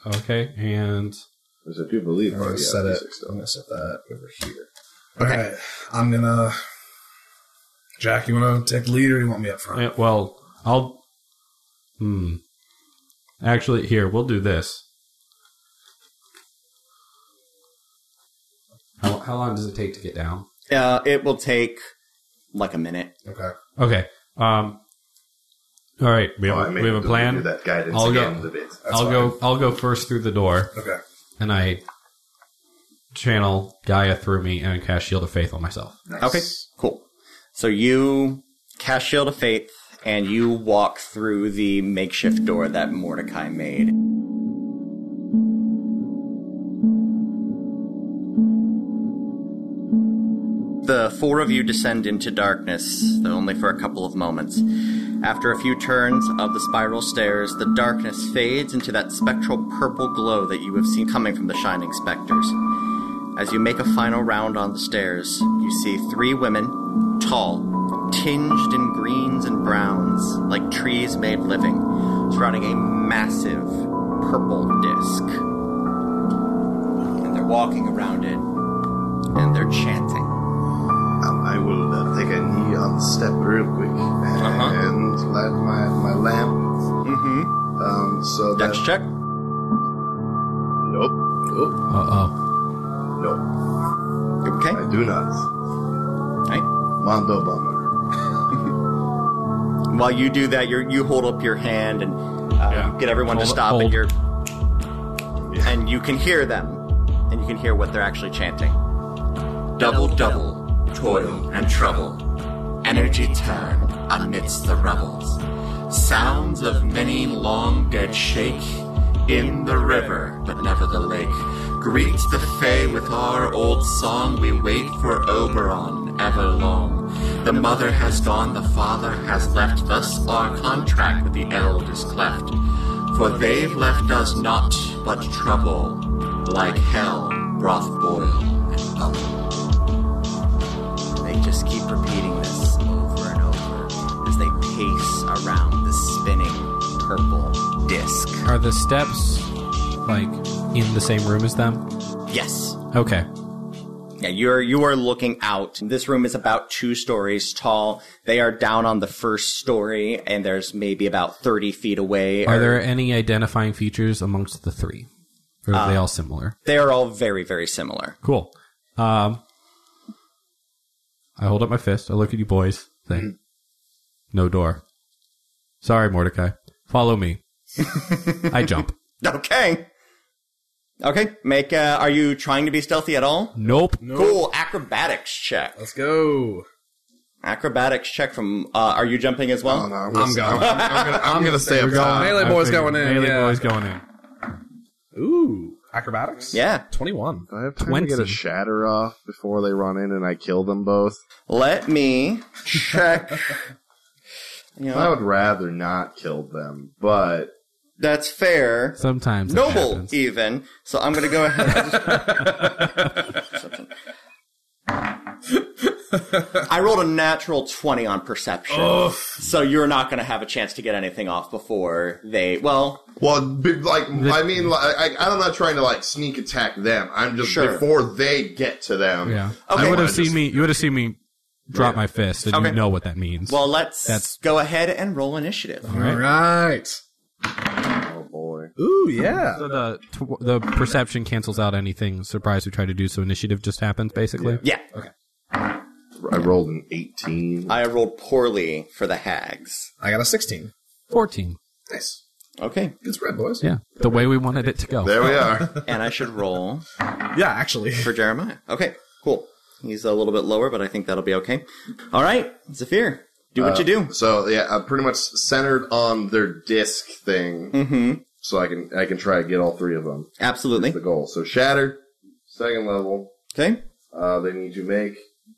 [SPEAKER 3] okay, and
[SPEAKER 2] Which I do believe.
[SPEAKER 4] I'm
[SPEAKER 2] are,
[SPEAKER 4] gonna
[SPEAKER 2] yeah,
[SPEAKER 4] set it.
[SPEAKER 2] D6
[SPEAKER 4] I'm
[SPEAKER 2] though.
[SPEAKER 4] gonna set that over here. Alright. I'm gonna Jack, you wanna take the lead or you want me up front?
[SPEAKER 3] Uh, well, I'll. Hmm. Actually, here we'll do this. How, how long does it take to get down?
[SPEAKER 1] Uh, it will take like a minute.
[SPEAKER 4] Okay.
[SPEAKER 3] Okay. Um. All right. We have,
[SPEAKER 2] Oh, I may
[SPEAKER 3] we have a
[SPEAKER 2] to redo
[SPEAKER 3] plan.
[SPEAKER 2] That guidance
[SPEAKER 3] I'll go-
[SPEAKER 2] again in a bit.
[SPEAKER 3] I'll go. I'll go first through the door,
[SPEAKER 4] Okay.
[SPEAKER 3] and I channel Gaia through me and cast Shield of Faith on myself.
[SPEAKER 1] Okay. Cool. So you cast Shield of Faith and you walk through the makeshift door that Mordecai made. The four of you descend into darkness, though only for a couple of moments. After a few turns of the spiral stairs, the darkness fades into that spectral purple glow that you have seen coming from the shining specters. As you make a final round on the stairs, you see three women, tall, tinged in greens and browns, like trees made living, surrounding a massive purple disk. And they're walking around it, and they're chanting.
[SPEAKER 2] Um, I will uh, take a knee on the step real quick and light my, my lamp. Uh-huh. Mm-hmm. Um, so that.
[SPEAKER 1] Dex check.
[SPEAKER 2] Nope.
[SPEAKER 3] Uh oh.
[SPEAKER 2] Nope.
[SPEAKER 1] Okay.
[SPEAKER 2] I do not.
[SPEAKER 1] Alright.
[SPEAKER 2] Mondo Bomber.
[SPEAKER 1] While you do that, you you hold up your hand and uh,
[SPEAKER 3] Yeah.
[SPEAKER 1] get everyone
[SPEAKER 3] Hold-
[SPEAKER 1] to stop,
[SPEAKER 3] hold.
[SPEAKER 1] and you're and you can hear them, and you can hear what they're actually chanting.
[SPEAKER 5] Double, double, toil and trouble. Energy turn amidst the revels. Sounds of many long dead shake in the river, but never the lake. Greet the Fae with our old song. We wait for Oberon ever long. The mother has gone, the father has left. Thus our contract with the eld is cleft. For they've left us naught but trouble, like hell, broth boil, and bubble.
[SPEAKER 1] They just keep repeating this over and over as they pace around the spinning purple disc.
[SPEAKER 3] Are the steps like in the same room as them?
[SPEAKER 1] Yes.
[SPEAKER 3] Okay.
[SPEAKER 1] Yeah, you're you are looking out. This room is about two stories tall. They are down on the first story, and there's maybe about thirty feet away.
[SPEAKER 3] Are
[SPEAKER 1] or-
[SPEAKER 3] there any identifying features amongst the three? Or are they all similar?
[SPEAKER 1] They are all very very similar.
[SPEAKER 3] Uh, Cool. Um, I hold up my fist. I look at you boys. Thing. No door. Sorry, Mordecai. Follow me. I jump.
[SPEAKER 1] Okay. Okay. Make. Uh, are you trying to be stealthy at all?
[SPEAKER 3] Nope.
[SPEAKER 1] Cool. Acrobatics check.
[SPEAKER 4] Let's go.
[SPEAKER 1] Acrobatics check from. Uh, are you jumping as well?
[SPEAKER 2] Oh, no, I'm
[SPEAKER 4] I'm
[SPEAKER 2] gonna,
[SPEAKER 4] going.
[SPEAKER 2] I'm gonna, I'm gonna stay up top.
[SPEAKER 4] Melee
[SPEAKER 3] I
[SPEAKER 4] boy's
[SPEAKER 3] figured.
[SPEAKER 4] going in,
[SPEAKER 3] Melee
[SPEAKER 4] yeah.
[SPEAKER 3] boy's going in.
[SPEAKER 4] Ooh, acrobatics.
[SPEAKER 1] Yeah.
[SPEAKER 4] 21.
[SPEAKER 2] Do I have time to get
[SPEAKER 3] 20.
[SPEAKER 2] a shatter off before they run in and I kill them both?
[SPEAKER 1] Let me check.
[SPEAKER 3] <laughs>
[SPEAKER 1] You know,
[SPEAKER 2] I would rather not kill them, but
[SPEAKER 1] that's fair.
[SPEAKER 3] Sometimes. it
[SPEAKER 1] noble
[SPEAKER 3] happens.
[SPEAKER 1] even. So I'm going to go ahead. Perception.
[SPEAKER 3] <laughs>
[SPEAKER 1] I rolled a natural 20 on perception. So you're not going to have a chance to get anything off before they, well,
[SPEAKER 2] well, be, like I mean, like, I, I'm not trying to like sneak attack them. I'm just
[SPEAKER 1] Sure.
[SPEAKER 2] before they get to them.
[SPEAKER 3] Yeah.
[SPEAKER 1] Okay.
[SPEAKER 3] I would
[SPEAKER 2] I
[SPEAKER 3] have
[SPEAKER 2] just-
[SPEAKER 3] seen me. You would have seen me drop my fist, and
[SPEAKER 1] Okay.
[SPEAKER 3] you know what that means.
[SPEAKER 1] well, let's
[SPEAKER 3] That's-
[SPEAKER 1] go ahead and roll initiative.
[SPEAKER 4] All right.
[SPEAKER 2] Oh boy.
[SPEAKER 4] Ooh, yeah.
[SPEAKER 3] so the tw- the perception cancels out anything surprise we try to do. So initiative just happens basically.
[SPEAKER 1] Yeah.
[SPEAKER 2] I rolled an 18.
[SPEAKER 1] I rolled poorly for the hags.
[SPEAKER 4] I got a 16.
[SPEAKER 3] Fourteen.
[SPEAKER 4] Nice.
[SPEAKER 1] Okay.
[SPEAKER 4] Good spread, boys.
[SPEAKER 3] Yeah, the way we wanted it to go.
[SPEAKER 2] There we are.
[SPEAKER 1] And I should roll
[SPEAKER 4] Yeah, actually. <laughs>
[SPEAKER 1] for Jeremiah. Okay. Cool. He's a little bit lower, but I think that'll be okay. All right. Zafir, do
[SPEAKER 2] Uh,
[SPEAKER 1] what you do.
[SPEAKER 2] so yeah, I'm pretty much centered on their disc thing,
[SPEAKER 1] Mm-hmm.
[SPEAKER 2] so I can I can try to get all three of them.
[SPEAKER 1] Absolutely.
[SPEAKER 2] The goal. So shattered, second level.
[SPEAKER 1] Okay.
[SPEAKER 2] Uh, they need to make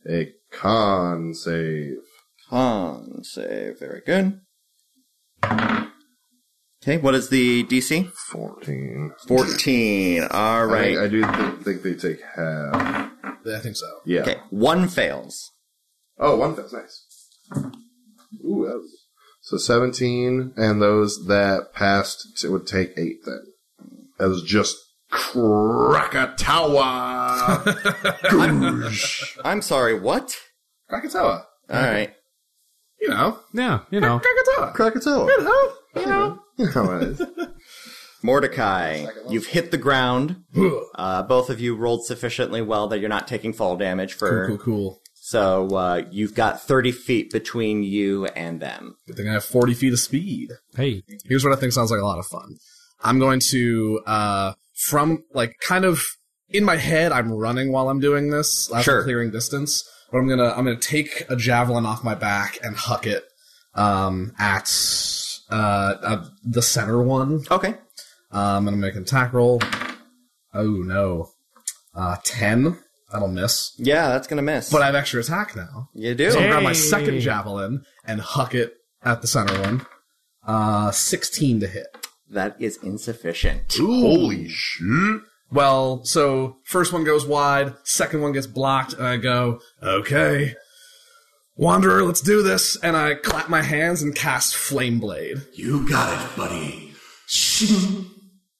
[SPEAKER 2] a con save.
[SPEAKER 1] Con save. Very good. Okay, what is the DC?
[SPEAKER 2] 14.
[SPEAKER 1] 14. All
[SPEAKER 2] I
[SPEAKER 1] right.
[SPEAKER 2] think- I, do th- think they take half.
[SPEAKER 4] I think so.
[SPEAKER 2] Yeah.
[SPEAKER 1] okay, one fails.
[SPEAKER 2] Oh, one that's nice. Ooh, that was- so 17, and those that passed t- would take eight then. That was just Krakatawa. Goosh.
[SPEAKER 1] I'm sorry, what?
[SPEAKER 2] Krakatawa.
[SPEAKER 1] All right.
[SPEAKER 4] You know.
[SPEAKER 3] Yeah, you know.
[SPEAKER 4] Krakatoa.
[SPEAKER 2] Krakatawa.
[SPEAKER 4] You know. You know.
[SPEAKER 2] You know what it is.
[SPEAKER 1] Mordecai, you've hit the ground. Uh, both of you rolled sufficiently well that you're not taking fall damage for.
[SPEAKER 4] Cool, cool, cool.
[SPEAKER 1] So uh, you've got 30 feet between you and them.
[SPEAKER 4] Good thing I have 40 feet of speed.
[SPEAKER 3] Hey,
[SPEAKER 4] here's what I think sounds like a lot of fun. I'm going to, uh, from like kind of in my head, I'm running while I'm doing this, as I'm
[SPEAKER 1] Sure.
[SPEAKER 4] clearing distance. But I'm gonna, I'm gonna take a javelin off my back and huck it um, at uh, uh, the center one.
[SPEAKER 1] Okay.
[SPEAKER 4] Um, and I'm gonna make an attack roll. Oh no, uh, ten. That'll miss.
[SPEAKER 1] Yeah, that's going to miss.
[SPEAKER 4] But I have extra attack now.
[SPEAKER 1] you do.
[SPEAKER 4] So I'll grab my
[SPEAKER 3] Hey.
[SPEAKER 4] second javelin and huck it at the center one. Uh, 16 to hit.
[SPEAKER 1] That is insufficient.
[SPEAKER 2] Holy shit.
[SPEAKER 4] Well, so first one goes wide, second one gets blocked, and I go, okay, Wanderer, let's do this. And I clap my hands and cast Flame Blade.
[SPEAKER 5] You got it, buddy.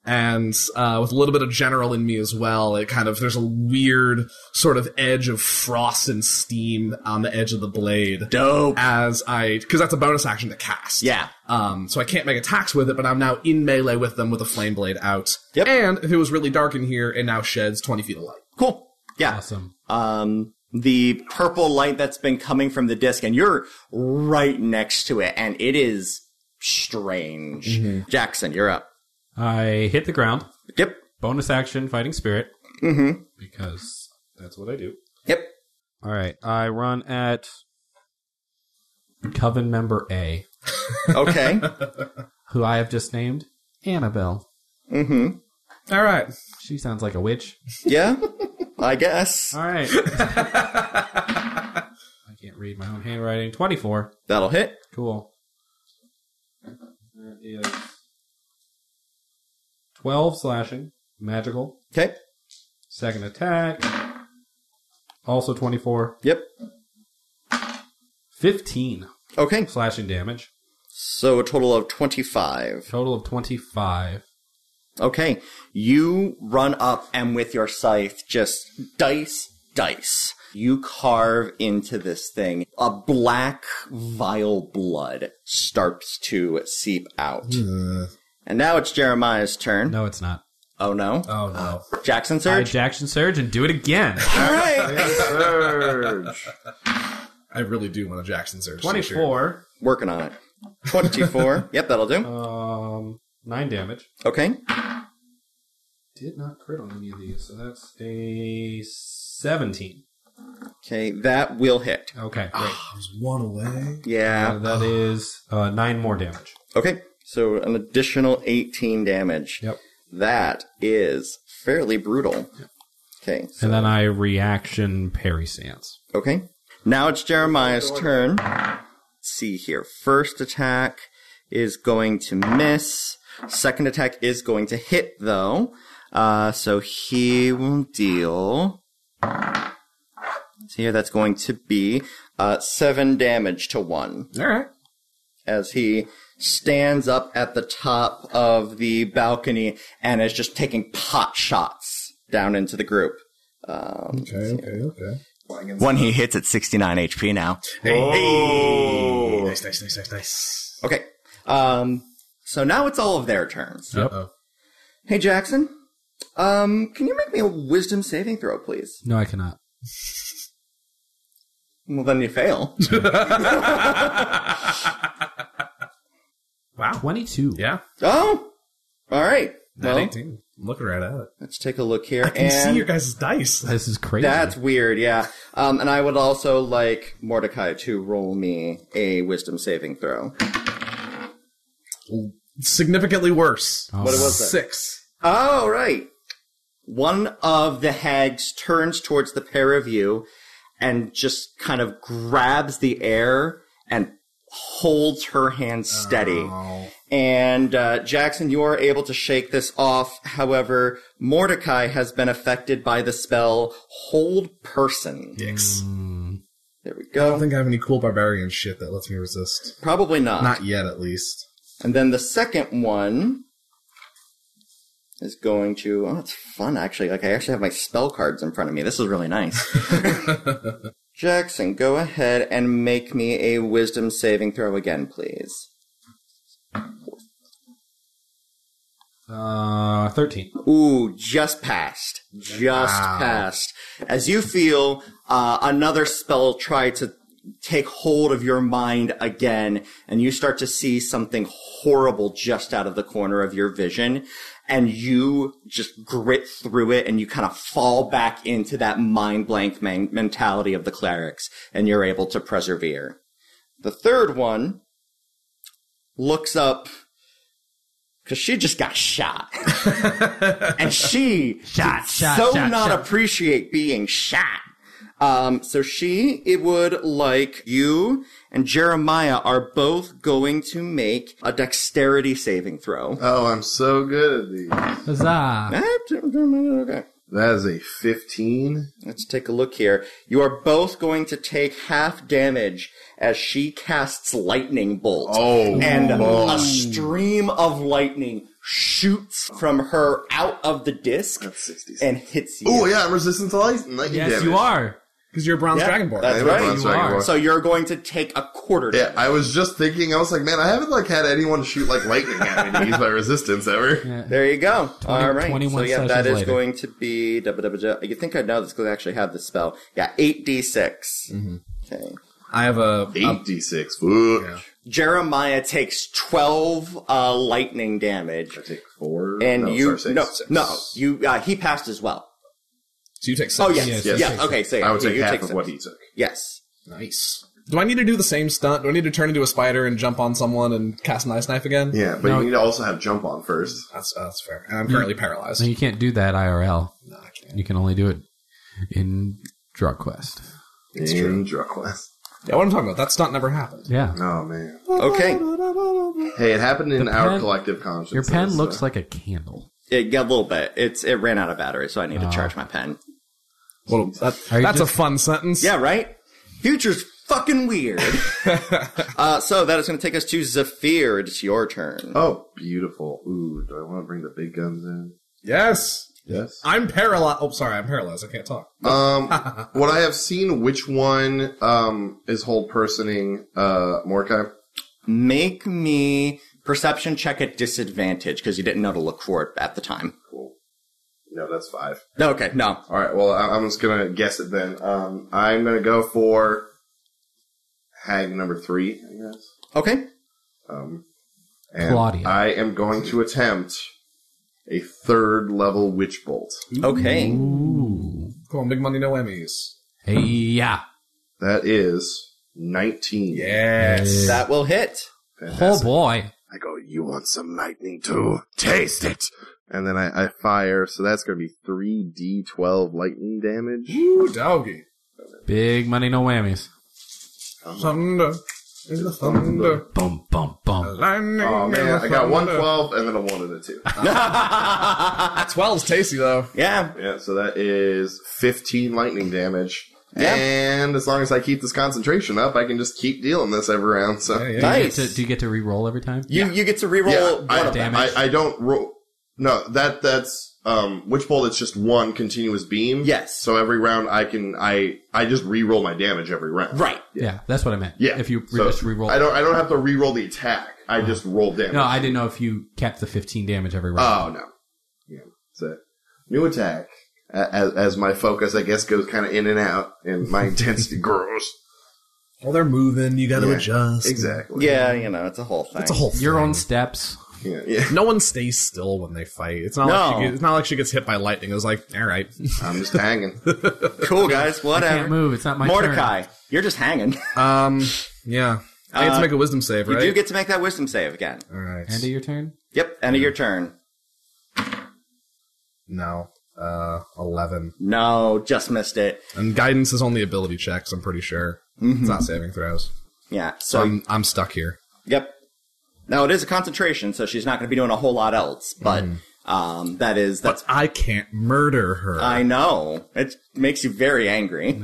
[SPEAKER 4] And uh, with a little bit of general in me as well, it kind of, there's a weird sort of edge of frost and steam on the edge of the blade.
[SPEAKER 1] Dope.
[SPEAKER 4] As I, because that's a bonus action to cast.
[SPEAKER 1] Yeah.
[SPEAKER 4] Um, so I can't make attacks with it, but I'm now in melee with them with a flame blade out.
[SPEAKER 1] Yep.
[SPEAKER 4] And if it was really dark in here, it now sheds 20 feet of light.
[SPEAKER 1] Cool. Yeah.
[SPEAKER 3] awesome.
[SPEAKER 1] um, the purple light that's been coming from the disc, and you're right next to it, and it is strange.
[SPEAKER 4] Mm-hmm.
[SPEAKER 1] Jackson, you're up.
[SPEAKER 3] I hit the ground.
[SPEAKER 1] Yep.
[SPEAKER 3] Bonus action, fighting spirit,
[SPEAKER 1] Mm-hmm.
[SPEAKER 3] because that's what I do.
[SPEAKER 1] Yep.
[SPEAKER 3] All right, I run at Coven member A,
[SPEAKER 4] <laughs>
[SPEAKER 1] Okay.
[SPEAKER 3] who I have just named Annabelle.
[SPEAKER 1] mm-hmm.
[SPEAKER 4] All right.
[SPEAKER 3] She sounds like a witch.
[SPEAKER 1] Yeah. I guess
[SPEAKER 3] All right. I can't read my own handwriting. 24.
[SPEAKER 1] that'll hit.
[SPEAKER 3] Cool. That is 12 slashing, magical.
[SPEAKER 1] Okay.
[SPEAKER 3] Second attack, also 24.
[SPEAKER 1] Yep.
[SPEAKER 3] 15
[SPEAKER 1] Okay.
[SPEAKER 3] slashing damage.
[SPEAKER 1] So a total of 25.
[SPEAKER 3] Total of 25.
[SPEAKER 1] Okay. You run up and with your scythe, just dice, dice. You carve into this thing. A black, vile blood starts to seep out. And now it's Jeremiah's turn.
[SPEAKER 3] Hmm. No, it's not.
[SPEAKER 1] Oh no.
[SPEAKER 4] Oh no.
[SPEAKER 1] Jackson
[SPEAKER 3] I
[SPEAKER 1] Surge?
[SPEAKER 3] Jackson Surge and do it again.
[SPEAKER 1] All
[SPEAKER 3] <laughs>
[SPEAKER 1] right.
[SPEAKER 2] <laughs> Surge.
[SPEAKER 4] I really do want a Jackson Surge. t-shirt.
[SPEAKER 3] 24.
[SPEAKER 1] Working on it.
[SPEAKER 3] <laughs>
[SPEAKER 1] 24. yep, that'll do.
[SPEAKER 3] Um, 9 damage.
[SPEAKER 1] Okay.
[SPEAKER 3] Did not crit on any of these, so that's a 17.
[SPEAKER 1] Okay, that will hit.
[SPEAKER 3] Okay, great.
[SPEAKER 4] I was one away.
[SPEAKER 3] Uh,
[SPEAKER 1] Yeah.
[SPEAKER 3] that is uh, 9 more damage.
[SPEAKER 1] Okay. So an additional 18 damage.
[SPEAKER 3] Oh. Yep.
[SPEAKER 1] That is fairly brutal. Okay. so-
[SPEAKER 3] And then I reaction parry stance.
[SPEAKER 1] Okay. Now it's Jeremiah's turn. Let's see here. First attack is going to miss. Second attack is going to hit, though. Uh, so he will deal. So here that's going to be uh, seven damage to one
[SPEAKER 3] All right.
[SPEAKER 1] as he stands up at the top of the balcony and is just taking pot shots down into the group. Um,
[SPEAKER 4] Okay, okay, okay.
[SPEAKER 1] one he hits at 69 HP now.
[SPEAKER 4] Hey. Nice, nice, nice, nice, nice.
[SPEAKER 1] Oh. Okay. Um, so now it's all of their turns.
[SPEAKER 3] Yep.
[SPEAKER 4] Uh-oh.
[SPEAKER 1] Hey, Jackson. Um, can you make me a wisdom saving throw, please?
[SPEAKER 3] No, I cannot.
[SPEAKER 1] Well, then you fail.
[SPEAKER 4] Wow.
[SPEAKER 3] 22.
[SPEAKER 4] Yeah.
[SPEAKER 1] <laughs> oh, all right.
[SPEAKER 4] That
[SPEAKER 1] Well,
[SPEAKER 4] 18. Looking right at it.
[SPEAKER 1] let's take a look here.
[SPEAKER 4] I can
[SPEAKER 1] and
[SPEAKER 4] see your guys' dice.
[SPEAKER 3] This is crazy.
[SPEAKER 1] that's weird, yeah. Um, and I would also like Mordecai to roll me a wisdom saving throw.
[SPEAKER 4] Significantly worse.
[SPEAKER 3] Oh,
[SPEAKER 1] What it was that?
[SPEAKER 4] Six.
[SPEAKER 1] Oh, right. One of the hags turns towards the pair of you and just kind of grabs the air and holds her hand steady.
[SPEAKER 4] Oh,
[SPEAKER 1] And uh, Jackson, you are able to shake this off. However, Mordecai has been affected by the spell Hold Person.
[SPEAKER 4] Dicks.
[SPEAKER 1] There we
[SPEAKER 4] I
[SPEAKER 1] go.
[SPEAKER 4] don't think I have any cool barbarian shit that lets me resist.
[SPEAKER 1] Probably
[SPEAKER 4] Not yet, at least.
[SPEAKER 1] And then the second one is going to. Oh, it's fun actually. Like I actually have my spell cards in front of me. This is really nice. Jackson, go ahead and make me a wisdom saving throw again, please.
[SPEAKER 3] Uh, 13.
[SPEAKER 1] Ooh, just passed. Just passed. As you feel uh, another spell try to take hold of your mind again, and you start to see something horrible just out of the corner of your vision, and you just grit through it, and you kind of fall back into that mind blank man- mentality of the clerics, and you're able to persevere. The third one looks up because she just got shot. <laughs> and she shot,
[SPEAKER 3] shot,
[SPEAKER 1] so
[SPEAKER 3] shot,
[SPEAKER 1] not
[SPEAKER 3] shot.
[SPEAKER 1] appreciate being shot. Um, so she, it would like you and Jeremiah are both going to make a dexterity saving throw. Uh,
[SPEAKER 2] Oh, I'm so good at these.
[SPEAKER 3] Huzzah.
[SPEAKER 1] Okay.
[SPEAKER 2] That is a 15.
[SPEAKER 1] Let's take a look here. You are both going to take half damage as she casts lightning bolt.
[SPEAKER 2] Oh,
[SPEAKER 1] and
[SPEAKER 2] Lord.
[SPEAKER 1] a stream of lightning shoots from her out of the disc
[SPEAKER 2] That's 60.
[SPEAKER 1] and hits you.
[SPEAKER 2] Oh, yeah, I'm resistant to light. lightning
[SPEAKER 3] Yes,
[SPEAKER 2] damage.
[SPEAKER 3] you are.
[SPEAKER 4] Because you're a bronze
[SPEAKER 1] Yeah,
[SPEAKER 4] dragonborn.
[SPEAKER 1] that's
[SPEAKER 2] I am
[SPEAKER 1] right,
[SPEAKER 2] on
[SPEAKER 1] you
[SPEAKER 2] Dragon
[SPEAKER 3] are.
[SPEAKER 2] Ball.
[SPEAKER 1] So you're going to take a quarter.
[SPEAKER 2] yeah, I was just thinking, I was like, man, I haven't like had anyone shoot like lightning at me to use my resistance ever.
[SPEAKER 1] There you go. All right.
[SPEAKER 3] 21
[SPEAKER 1] so yeah, that
[SPEAKER 3] sessions
[SPEAKER 1] is
[SPEAKER 3] later.
[SPEAKER 1] going to be. duh, duh, duh, duh. You think I know this because I actually have the spell. Yeah, eight d six. Okay.
[SPEAKER 4] I have a.
[SPEAKER 2] Eight d six. Fuck.
[SPEAKER 1] Jeremiah takes twelve uh, lightning damage,
[SPEAKER 2] I take four.
[SPEAKER 1] and
[SPEAKER 2] no,
[SPEAKER 1] you
[SPEAKER 2] sorry,
[SPEAKER 1] no
[SPEAKER 2] six.
[SPEAKER 1] no you uh, he passed as well.
[SPEAKER 4] So you take six.
[SPEAKER 1] Oh yes,
[SPEAKER 3] Yes,
[SPEAKER 1] yes,
[SPEAKER 3] yes, yes.
[SPEAKER 1] okay. So yeah,
[SPEAKER 2] I would
[SPEAKER 1] yeah,
[SPEAKER 2] take
[SPEAKER 1] you
[SPEAKER 2] half
[SPEAKER 1] take
[SPEAKER 2] of
[SPEAKER 1] six.
[SPEAKER 2] what he took.
[SPEAKER 1] Yes.
[SPEAKER 4] Nice. Do I need to do the same stunt? Do I need to turn into a spider and jump on someone and cast an ice knife again?
[SPEAKER 2] Yeah, but you need to also have jump on first.
[SPEAKER 4] That's, oh, that's fair. And I'm currently
[SPEAKER 3] No,
[SPEAKER 4] paralyzed.
[SPEAKER 3] you can't do that IRL.
[SPEAKER 4] No, I can't.
[SPEAKER 3] You can only do it in Drug Quest.
[SPEAKER 2] It's true. Druckless.
[SPEAKER 4] Yeah, what I'm talking about. That stunt never happened.
[SPEAKER 3] Yeah.
[SPEAKER 2] <laughs> Oh man.
[SPEAKER 1] Okay.
[SPEAKER 2] Hey, it happened in
[SPEAKER 3] The
[SPEAKER 2] our
[SPEAKER 3] pen-
[SPEAKER 2] collective conscience.
[SPEAKER 3] Your pen looks like a candle.
[SPEAKER 1] It, yeah, a little bit. It's it ran out of battery, so I
[SPEAKER 3] Ah.
[SPEAKER 1] need to charge my pen.
[SPEAKER 4] Well, that,
[SPEAKER 3] Are you
[SPEAKER 4] that's
[SPEAKER 3] just-
[SPEAKER 4] a fun sentence.
[SPEAKER 1] Yeah, right. Future's fucking
[SPEAKER 3] <laughs>
[SPEAKER 1] weird. uh, so that is going to take us to Zephyr. It's your turn.
[SPEAKER 2] Oh, beautiful. Ooh, do I want to bring the big guns in?
[SPEAKER 4] Yes.
[SPEAKER 2] Yes.
[SPEAKER 4] I'm paralyzed. Oh, sorry. I'm paralyzed. I can't talk.
[SPEAKER 2] Um, would I have seen which one um is whole personing uh Morkai?
[SPEAKER 1] Make me perception check at disadvantage because you didn't know to look for it at the time.
[SPEAKER 2] Cool. No, that's five.
[SPEAKER 1] Okay, no.
[SPEAKER 2] All right. Well, I- I'm just gonna guess it then. Um, I'm gonna go for hag number three, I guess.
[SPEAKER 1] Okay.
[SPEAKER 2] Um, and
[SPEAKER 3] Claudia.
[SPEAKER 2] I am going to attempt a third level witch bolt.
[SPEAKER 1] Okay.
[SPEAKER 3] Ooh.
[SPEAKER 4] Come on, big money, no Emmys.
[SPEAKER 3] Hey, yeah.
[SPEAKER 2] That is 19.
[SPEAKER 4] Yes.
[SPEAKER 1] That will
[SPEAKER 3] <laughs>
[SPEAKER 1] hit.
[SPEAKER 3] Oh
[SPEAKER 2] Fantastic.
[SPEAKER 3] boy.
[SPEAKER 2] I go, you want some lightning too? Taste it. And then I, I fire, so that's going to be 3d12 lightning damage.
[SPEAKER 4] Ooh, doggy.
[SPEAKER 3] Big money, no whammies.
[SPEAKER 4] Thunder. In the thunder.
[SPEAKER 3] Boom, boom, boom.
[SPEAKER 4] Lightning
[SPEAKER 2] Oh
[SPEAKER 4] in the
[SPEAKER 2] man, I got one
[SPEAKER 4] thunder.
[SPEAKER 2] 12 and then a 1 and a 2.
[SPEAKER 1] yeah.
[SPEAKER 4] 12's tasty, though.
[SPEAKER 2] <laughs> yeah, so that is 15 lightning damage.
[SPEAKER 1] Yeah.
[SPEAKER 2] And as long as I keep this concentration up, I can just keep dealing this every round. So
[SPEAKER 4] Yeah, yeah.
[SPEAKER 1] Nice.
[SPEAKER 3] Do, do you get to re-roll every time?
[SPEAKER 1] You you get to reroll
[SPEAKER 2] Yeah,
[SPEAKER 1] one
[SPEAKER 2] I,
[SPEAKER 1] of them.
[SPEAKER 3] damage.
[SPEAKER 2] I, I don't roll. No, that that's um, witch bolt. It's just one continuous beam.
[SPEAKER 1] Yes.
[SPEAKER 2] So every round, I can I I just re-roll my damage every round.
[SPEAKER 1] Uh, Right.
[SPEAKER 3] Yeah. that's what I meant.
[SPEAKER 2] Yeah.
[SPEAKER 3] If you re-
[SPEAKER 2] So
[SPEAKER 3] just re-roll.
[SPEAKER 2] I don't I don't have to re-roll the attack. I just roll damage.
[SPEAKER 3] no, I didn't know if you kept the 15 damage every round.
[SPEAKER 2] oh no. Yeah. So new attack. A- As, as my focus, I guess, goes kind of in and out, and
[SPEAKER 3] <laughs>
[SPEAKER 2] my intensity grows.
[SPEAKER 4] Well, they're moving. You got to
[SPEAKER 2] Yeah,
[SPEAKER 4] adjust.
[SPEAKER 2] Exactly.
[SPEAKER 1] Yeah, you know, it's a whole thing.
[SPEAKER 4] It's a whole
[SPEAKER 3] Your
[SPEAKER 4] thing.
[SPEAKER 3] own steps.
[SPEAKER 2] Yeah. yeah.
[SPEAKER 4] No one stays still when they fight. It's not like
[SPEAKER 1] No.
[SPEAKER 4] she gets, it's not like she gets hit by lightning. It was like, all right,
[SPEAKER 2] I'm
[SPEAKER 3] <laughs>
[SPEAKER 2] just hanging.
[SPEAKER 1] Cool guys, whatever.
[SPEAKER 3] Can't move. It's not my turn.
[SPEAKER 1] Mordecai, you're just hanging. <laughs>
[SPEAKER 4] um, yeah. I get
[SPEAKER 1] Uh,
[SPEAKER 4] to make a wisdom save,
[SPEAKER 1] You
[SPEAKER 4] right?
[SPEAKER 1] do get to make that wisdom save again.
[SPEAKER 4] all right.
[SPEAKER 3] End of your turn.
[SPEAKER 1] Yep, end of your turn.
[SPEAKER 4] no, uh, eleven.
[SPEAKER 1] No, just missed it.
[SPEAKER 4] And guidance is only ability checks. I'm pretty sure it's not saving throws.
[SPEAKER 1] Yeah, so,
[SPEAKER 4] So I'm I'm stuck here.
[SPEAKER 1] yep. Now, it is a concentration, so she's not going to be doing a whole lot else, but um, that is, that's,
[SPEAKER 4] But I can't murder her.
[SPEAKER 1] I know. It makes you very angry.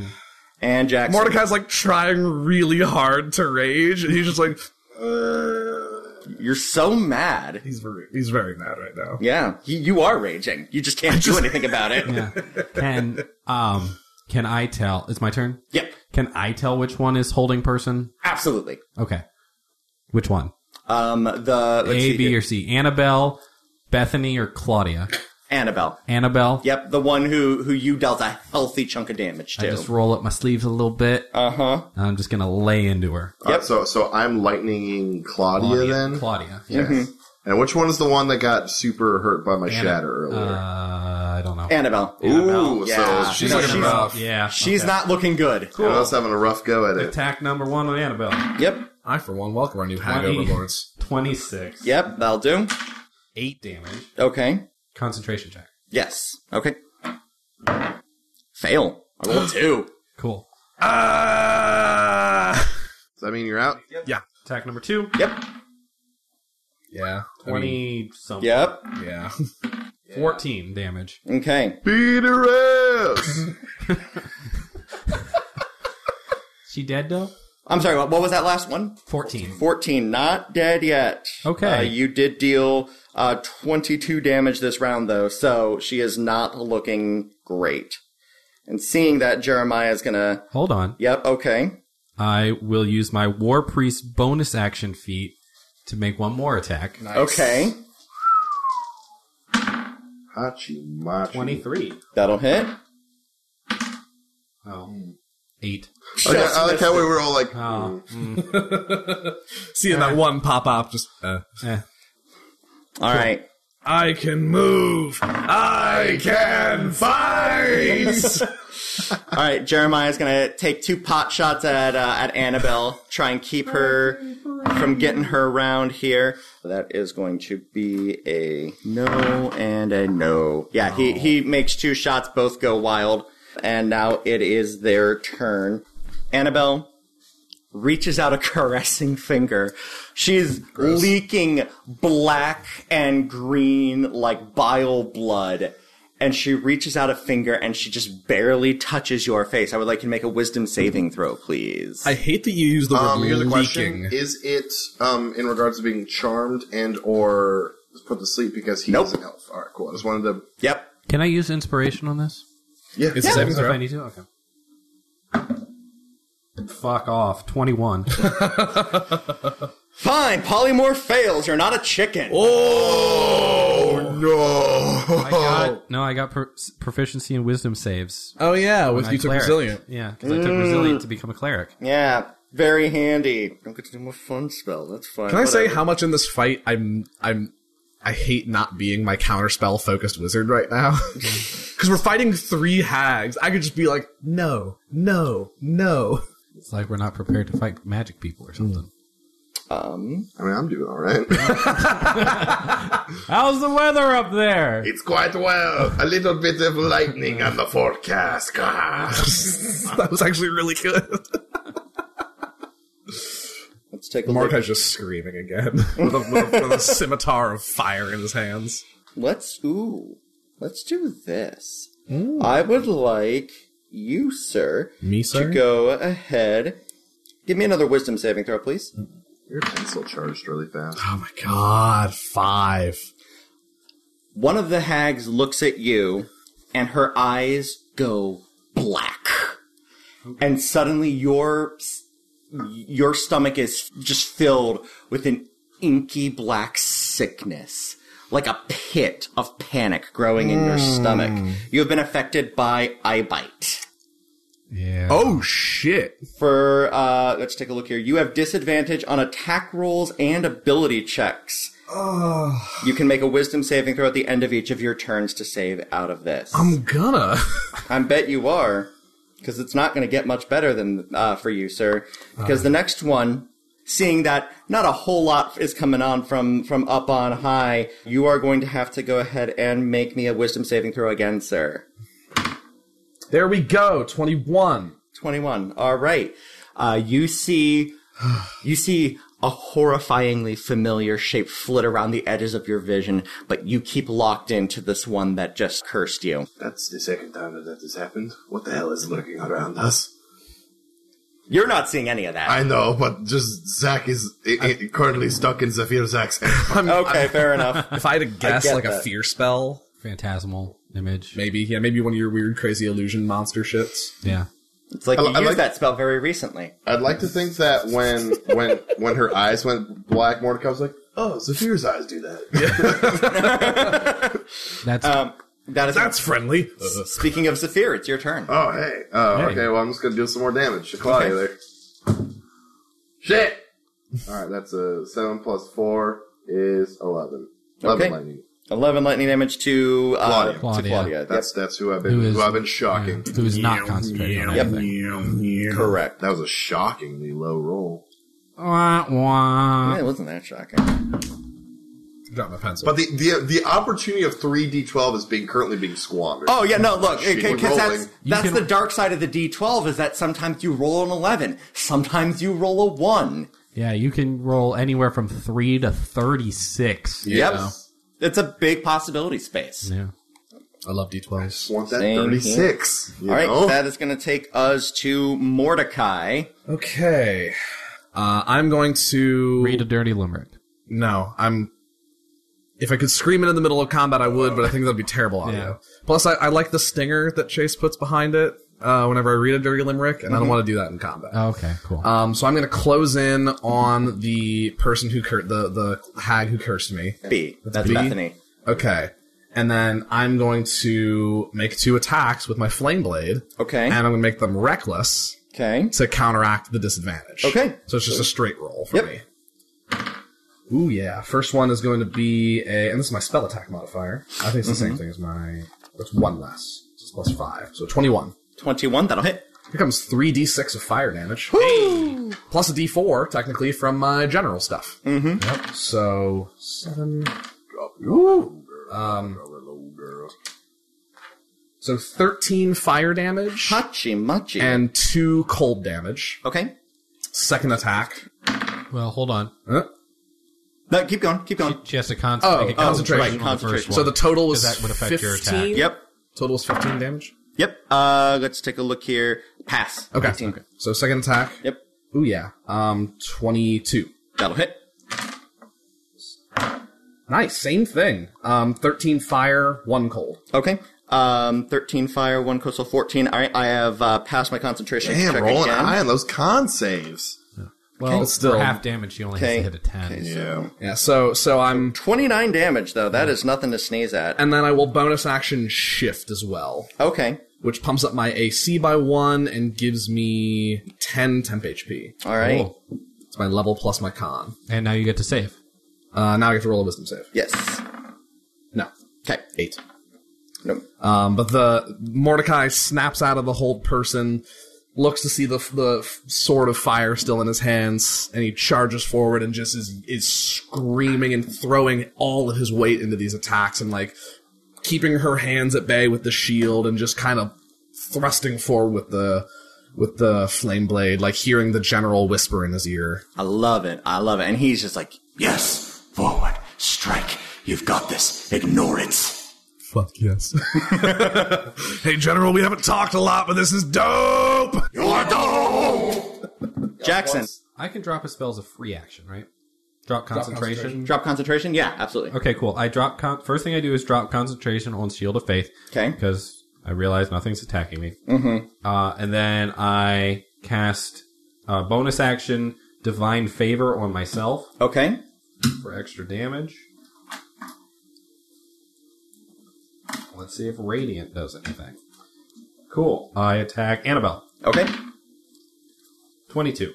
[SPEAKER 1] And Jackson.
[SPEAKER 4] Mordecai's like trying really hard to rage, and he's just like, uh,
[SPEAKER 1] You're so mad.
[SPEAKER 4] he's very, he's very mad right now.
[SPEAKER 1] Yeah, you, you are raging. You just can't do anything about it.
[SPEAKER 3] Yeah. Can um can I tell? It's my turn.
[SPEAKER 1] Yep,
[SPEAKER 3] Can I tell which one is holding person?
[SPEAKER 1] absolutely.
[SPEAKER 3] Okay. Which one?
[SPEAKER 1] Um, the let's
[SPEAKER 3] A,
[SPEAKER 1] see
[SPEAKER 3] B,
[SPEAKER 1] here.
[SPEAKER 3] or C? Annabelle, Bethany, or Claudia?
[SPEAKER 1] Annabelle.
[SPEAKER 3] Annabelle.
[SPEAKER 1] Yep, the one who who you dealt a healthy chunk of damage
[SPEAKER 3] I
[SPEAKER 1] to.
[SPEAKER 3] just roll up my sleeves a little bit.
[SPEAKER 1] Uh huh.
[SPEAKER 3] and I'm just gonna lay into her.
[SPEAKER 2] Alright, so so I'm lightning Claudia, then.
[SPEAKER 3] Claudia.
[SPEAKER 2] Yes.
[SPEAKER 1] Mm-hmm.
[SPEAKER 2] And which one is the one that got super hurt by my shatter
[SPEAKER 3] Uh,
[SPEAKER 2] earlier?
[SPEAKER 3] I don't know.
[SPEAKER 1] Annabelle.
[SPEAKER 2] Ooh,
[SPEAKER 1] yeah.
[SPEAKER 2] so
[SPEAKER 1] she's
[SPEAKER 2] she's
[SPEAKER 1] no,
[SPEAKER 2] like
[SPEAKER 1] she's,
[SPEAKER 4] about-
[SPEAKER 3] yeah.
[SPEAKER 1] she's not looking good.
[SPEAKER 2] I was having a rough go at it.
[SPEAKER 3] Attack number one on Annabelle.
[SPEAKER 1] Yep,
[SPEAKER 4] I, for one, welcome our new hag
[SPEAKER 3] Twenty.
[SPEAKER 4] overlords.
[SPEAKER 3] Twenty six.
[SPEAKER 1] yep, that'll do.
[SPEAKER 3] Eight damage.
[SPEAKER 1] Okay.
[SPEAKER 3] Concentration check.
[SPEAKER 1] Yes. Okay. Fail. I rolled two.
[SPEAKER 3] Cool.
[SPEAKER 4] Uh,
[SPEAKER 2] Does that mean you're out?
[SPEAKER 3] Attack number two.
[SPEAKER 1] Yep.
[SPEAKER 4] yeah, I mean,
[SPEAKER 3] Twenty something.
[SPEAKER 1] Yep.
[SPEAKER 4] Yeah. <laughs>
[SPEAKER 3] Fourteen damage.
[SPEAKER 1] Okay.
[SPEAKER 2] Beat her
[SPEAKER 3] <laughs>
[SPEAKER 2] ass!
[SPEAKER 3] She dead though?
[SPEAKER 1] I'm sorry. What, what was that last one?
[SPEAKER 3] Fourteen.
[SPEAKER 1] 14. Not dead yet.
[SPEAKER 3] Okay.
[SPEAKER 1] Uh, you did deal uh, 22 damage this round, though, so she is not looking great. And seeing that, Jeremiah is going to.
[SPEAKER 3] Hold on.
[SPEAKER 1] Yep. Okay.
[SPEAKER 3] I will use my War Priest bonus action feat to make one more attack.
[SPEAKER 1] Okay.
[SPEAKER 2] Hachi machi.
[SPEAKER 3] Twenty-three.
[SPEAKER 1] That'll hit.
[SPEAKER 3] Oh. Eight.
[SPEAKER 2] Okay, I like how we were all like,
[SPEAKER 3] Oh.
[SPEAKER 4] Seeing
[SPEAKER 3] Uh,
[SPEAKER 4] that one pop up, just uh,
[SPEAKER 3] Eh.
[SPEAKER 1] All right.
[SPEAKER 4] I can move. I can fight.
[SPEAKER 1] All right. Jeremiah's going to take two pot shots at uh, at Annabelle, try and keep her from getting her round here. That is going to be a no and a no. Yeah, he he makes two shots, both go wild, and now it is their turn. Annabelle reaches out a <laughs> caressing finger. She's leaking black and green like bile blood. and she reaches out a finger and she just barely touches your face. I would like you to make a wisdom saving throw, please.
[SPEAKER 4] <laughs> I hate that you use the word
[SPEAKER 2] Um, here's a
[SPEAKER 4] leaking.
[SPEAKER 2] question: Is it um, in regards to being charmed and or put to sleep because he
[SPEAKER 1] Nope.
[SPEAKER 2] is an elf? All right, cool. I just wanted to.
[SPEAKER 1] yep.
[SPEAKER 3] Can I use inspiration on this?
[SPEAKER 2] Yeah,
[SPEAKER 4] It's a saving
[SPEAKER 3] If I
[SPEAKER 4] throw.
[SPEAKER 3] need to? Okay. Fuck off.
[SPEAKER 4] <laughs>
[SPEAKER 3] 21.
[SPEAKER 4] Oh.
[SPEAKER 1] Fine. Polymorph fails. You're not a chicken.
[SPEAKER 2] Oh no!
[SPEAKER 3] I
[SPEAKER 4] <laughs>
[SPEAKER 3] got, no, I got per- proficiency in wisdom saves.
[SPEAKER 4] Oh yeah, with
[SPEAKER 3] My
[SPEAKER 4] you took
[SPEAKER 3] cleric.
[SPEAKER 4] resilient.
[SPEAKER 3] Yeah, because I took resilient to become a cleric.
[SPEAKER 1] Yeah. Very handy. Don't get to do my fun spell. That's fine.
[SPEAKER 4] Can I say
[SPEAKER 1] Whatever.
[SPEAKER 4] how much in this fight I'm I'm I hate not being my counterspell focused wizard right now <laughs> because we're fighting three hags. I could just be like, no, no, no. <laughs>
[SPEAKER 3] It's like we're not prepared to fight magic people or something.
[SPEAKER 1] Um,
[SPEAKER 2] I mean, I'm doing all right.
[SPEAKER 3] <laughs> How's the weather up there?
[SPEAKER 2] it's quite well. A little bit of lightning on the forecast.
[SPEAKER 4] that was actually really good.
[SPEAKER 1] let's take a look.
[SPEAKER 4] Markai's just screaming again <laughs> with a, with, a, with a scimitar of fire in his hands.
[SPEAKER 1] Let's ooh. Let's do this. I would like you, sir,
[SPEAKER 4] Me,
[SPEAKER 1] to go ahead. Give me another wisdom saving throw, please.
[SPEAKER 2] Your pencil charged really fast.
[SPEAKER 4] Oh my god, five.
[SPEAKER 1] One of the hags looks at you, and her eyes go black. And suddenly, your s- your stomach is just filled with an inky black sickness, like a pit of panic growing in
[SPEAKER 4] Hmm.
[SPEAKER 1] your stomach. You have been affected by eye bite.
[SPEAKER 3] Yeah.
[SPEAKER 4] Oh shit.
[SPEAKER 1] for uh, let's take a look here. You have disadvantage on attack rolls and ability checks.
[SPEAKER 4] Uh,
[SPEAKER 1] You can make a wisdom saving throw at the end of each of your turns to save out of this.
[SPEAKER 4] I'm gonna.
[SPEAKER 1] I bet you are, because it's not going to get much better than uh, for you, sir. Because the next one, seeing that not a whole lot is coming on from from up on high, you are going to have to go ahead and make me a wisdom saving throw again, sir.
[SPEAKER 4] There we go. Twenty-one.
[SPEAKER 1] 21. All right. Uh, you see, you see a horrifyingly familiar shape flit around the edges of your vision, but you keep locked into this one that just cursed you.
[SPEAKER 2] That's the second time that that has happened. What the hell is lurking around us?
[SPEAKER 1] You're not seeing any of that.
[SPEAKER 2] I know, but just Zach is i- i- currently stuck in Zephyr Zach's.
[SPEAKER 1] okay, fair enough.
[SPEAKER 4] <laughs>
[SPEAKER 2] <laughs>
[SPEAKER 4] If I had to guess,
[SPEAKER 1] get
[SPEAKER 4] like a
[SPEAKER 1] that.
[SPEAKER 4] fear spell,
[SPEAKER 3] Phantasmal image.
[SPEAKER 4] maybe. Yeah, maybe one of your weird, crazy illusion monster shits.
[SPEAKER 3] Yeah.
[SPEAKER 1] It's like
[SPEAKER 2] I-
[SPEAKER 1] you
[SPEAKER 2] I
[SPEAKER 1] used
[SPEAKER 2] like-
[SPEAKER 1] that spell very recently.
[SPEAKER 2] I'd like to think that when when when her eyes went black, Mordecai's like, "Oh, Zephyr's eyes do that."
[SPEAKER 3] That's
[SPEAKER 1] Um, that is
[SPEAKER 4] That's friendly.
[SPEAKER 1] <laughs> speaking of Zephyr, it's your turn.
[SPEAKER 2] Oh, hey. Oh,
[SPEAKER 3] Hey.
[SPEAKER 2] okay. Well, I'm just gonna do some more damage. to Claudia
[SPEAKER 1] Okay.
[SPEAKER 2] there. Shit. All right, that's a seven plus four is eleven. Eleven
[SPEAKER 1] Okay.
[SPEAKER 2] lightning.
[SPEAKER 1] 11 lightning damage to uh,
[SPEAKER 2] Claudia.
[SPEAKER 1] Claudia. To
[SPEAKER 3] Claudia.
[SPEAKER 1] Claudia. That's
[SPEAKER 2] That's that's who I've been
[SPEAKER 3] who
[SPEAKER 2] who,
[SPEAKER 3] is
[SPEAKER 2] I've been shocking.
[SPEAKER 3] yeah, who is not concentrating on anything.
[SPEAKER 1] correct.
[SPEAKER 2] That was a shockingly low roll.
[SPEAKER 3] Wah, wah.
[SPEAKER 1] It wasn't that shocking.
[SPEAKER 4] Drop my pencil.
[SPEAKER 2] But the the, the opportunity of three d twelve is being currently being squandered.
[SPEAKER 1] Oh yeah, no. Look,
[SPEAKER 2] Shit, we're
[SPEAKER 1] because
[SPEAKER 2] rolling.
[SPEAKER 1] that's
[SPEAKER 3] You
[SPEAKER 1] that's
[SPEAKER 3] can-
[SPEAKER 1] the dark side of the D twelve is that sometimes you roll an eleven, sometimes you roll a one.
[SPEAKER 3] Yeah, you can roll anywhere from 3 to 36.
[SPEAKER 1] Yep, it's a big possibility space.
[SPEAKER 3] Yeah.
[SPEAKER 4] I love d12s.
[SPEAKER 2] want that
[SPEAKER 1] Same
[SPEAKER 2] thirty six.
[SPEAKER 1] All right, that is going to take us to Mordecai.
[SPEAKER 4] Okay. Uh, I'm going to
[SPEAKER 3] Read a dirty limerick.
[SPEAKER 4] No, I'm. If I could scream it in the middle of combat, I would, but I think that'd be terrible audio. Plus, I, I like the stinger that Chase puts behind it uh, whenever I read a dirty limerick, and I don't want to do that in combat.
[SPEAKER 3] Oh, Okay, cool.
[SPEAKER 4] Um, so I'm going to close in on the person who cur- the the hag who cursed me.
[SPEAKER 1] B. That's,
[SPEAKER 4] B.
[SPEAKER 1] Bethany.
[SPEAKER 4] Okay, and then I'm going to make two attacks with my flame blade,
[SPEAKER 1] Okay.
[SPEAKER 4] and I'm going to make them reckless
[SPEAKER 1] okay.
[SPEAKER 4] to counteract the disadvantage.
[SPEAKER 1] Okay.
[SPEAKER 4] So it's just a straight roll for
[SPEAKER 1] Yep.
[SPEAKER 4] me. Ooh, yeah. First one is going to be a, and this is my spell attack modifier. I think it's the
[SPEAKER 1] Mm-hmm.
[SPEAKER 4] same thing as my, it's one less. It's plus five. So 21.
[SPEAKER 1] Twenty-one. That'll hit.
[SPEAKER 4] Here comes 3d6 of fire damage. Plus a d4, technically, from my general stuff. Mm-hmm. Yep. So, seven. Ooh. Um, so 13 fire damage
[SPEAKER 1] Hachi machi.
[SPEAKER 4] and two cold damage.
[SPEAKER 1] okay.
[SPEAKER 4] Second attack.
[SPEAKER 3] well, hold on.
[SPEAKER 4] Huh?
[SPEAKER 1] No, keep going. Keep going.
[SPEAKER 3] She has to con-
[SPEAKER 4] Oh,
[SPEAKER 3] make a
[SPEAKER 4] oh,
[SPEAKER 3] concentration
[SPEAKER 1] right,
[SPEAKER 3] on the first
[SPEAKER 1] concentration.
[SPEAKER 3] one.
[SPEAKER 4] So the total was
[SPEAKER 3] Because that would affect your attack.
[SPEAKER 4] 15?
[SPEAKER 1] Yep.
[SPEAKER 4] Total is 15 damage.
[SPEAKER 1] Yep. Uh, let's take a look here. Pass.
[SPEAKER 4] Okay.
[SPEAKER 1] 18.
[SPEAKER 4] okay. So second attack.
[SPEAKER 1] Yep.
[SPEAKER 4] Ooh yeah. Um, 22.
[SPEAKER 1] That'll hit.
[SPEAKER 4] Nice. Same thing. Um, 13 fire, one cold.
[SPEAKER 1] Okay. Um, 13 fire, 1 coastal, 14. All right, I have uh, passed my concentration
[SPEAKER 2] Damn,
[SPEAKER 1] check
[SPEAKER 2] rolling
[SPEAKER 1] again.
[SPEAKER 2] high on those con saves.
[SPEAKER 3] Well,
[SPEAKER 4] but still-
[SPEAKER 3] for half damage, she only
[SPEAKER 1] Okay.
[SPEAKER 3] has to hit a 10.
[SPEAKER 1] Okay, so-
[SPEAKER 2] Yeah.
[SPEAKER 4] Yeah. So so I'm
[SPEAKER 1] 29 damage, though. That is nothing to sneeze at.
[SPEAKER 4] and then I will bonus action shift as well,
[SPEAKER 1] Okay.
[SPEAKER 4] which pumps up my AC by one and gives me 10 temp HP.
[SPEAKER 1] All right.
[SPEAKER 3] Cool.
[SPEAKER 4] It's my level plus my con.
[SPEAKER 3] And now you get to save.
[SPEAKER 4] Uh, now I have to roll a wisdom save.
[SPEAKER 1] Yes.
[SPEAKER 4] No,
[SPEAKER 1] Okay.
[SPEAKER 4] eight.
[SPEAKER 1] No.
[SPEAKER 4] Um, but the Mordecai snaps out of the hold person, looks to see the the sword of fire still in his hands, and he charges forward and just is is screaming and throwing all of his weight into these attacks and like keeping her hands at bay with the shield and just kind of thrusting forward with the with the flame blade, like hearing the general whisper in his ear.
[SPEAKER 1] I love it. I love it. And he's just like,
[SPEAKER 5] Yes, forward, strike. You've got this. Ignore it.
[SPEAKER 4] Fuck yes. <laughs> hey General, we haven't talked a lot, but this is dope.
[SPEAKER 5] You're the
[SPEAKER 1] Jackson,
[SPEAKER 3] I can drop a spell as a free action, right? Drop concentration.
[SPEAKER 1] drop concentration? Yeah, absolutely.
[SPEAKER 3] Okay, cool. I drop con- first thing I do is drop concentration on Shield of Faith.
[SPEAKER 1] 'Kay.
[SPEAKER 3] Because I realize nothing's attacking me. Mm-hmm. Uh, and then I cast uh, bonus action Divine Favor on myself
[SPEAKER 1] Okay.
[SPEAKER 3] for extra damage. Let's see if Radiant does anything. Cool. I attack Annabelle.
[SPEAKER 1] Okay.
[SPEAKER 3] 22.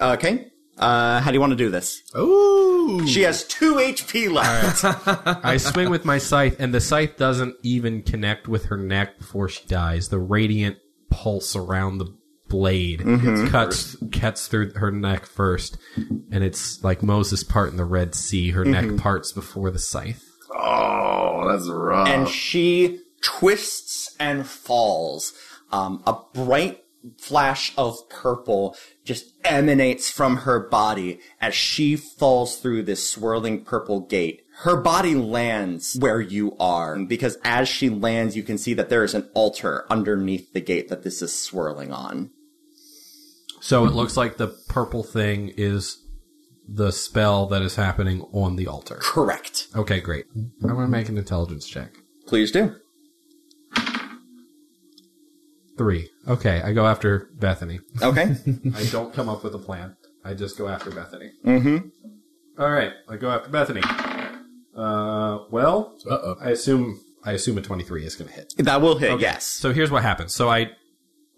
[SPEAKER 1] Okay. Uh, how do you want to do this?
[SPEAKER 4] Ooh.
[SPEAKER 1] She has 2 HP left.
[SPEAKER 3] I swing with my scythe, and the scythe doesn't even connect with her neck before she dies. The radiant pulse around the blade cuts cuts through her neck first, and it's like Moses part in the Red Sea. Her neck parts before the scythe.
[SPEAKER 2] Oh, that's rough.
[SPEAKER 1] and she twists and falls. Um, a bright flash of purple just emanates from her body as she falls through this swirling purple gate. Her body lands where you are because as she lands, you can see that there is an altar underneath the gate that this is swirling on.
[SPEAKER 3] So it looks like the purple thing is the spell that is happening on the altar.
[SPEAKER 1] Correct.
[SPEAKER 3] Okay, great. I want to make an intelligence check.
[SPEAKER 1] Please do.
[SPEAKER 3] Three. Okay, I go after Bethany.
[SPEAKER 1] Okay.
[SPEAKER 3] I don't come up with a plan. I just go after Bethany. Mm-hmm. right, I go after Bethany. Uh, well,
[SPEAKER 4] Uh-oh.
[SPEAKER 3] I assume I assume a twenty-three is going to hit.
[SPEAKER 1] that will hit, yes.
[SPEAKER 3] So here's what happens. So I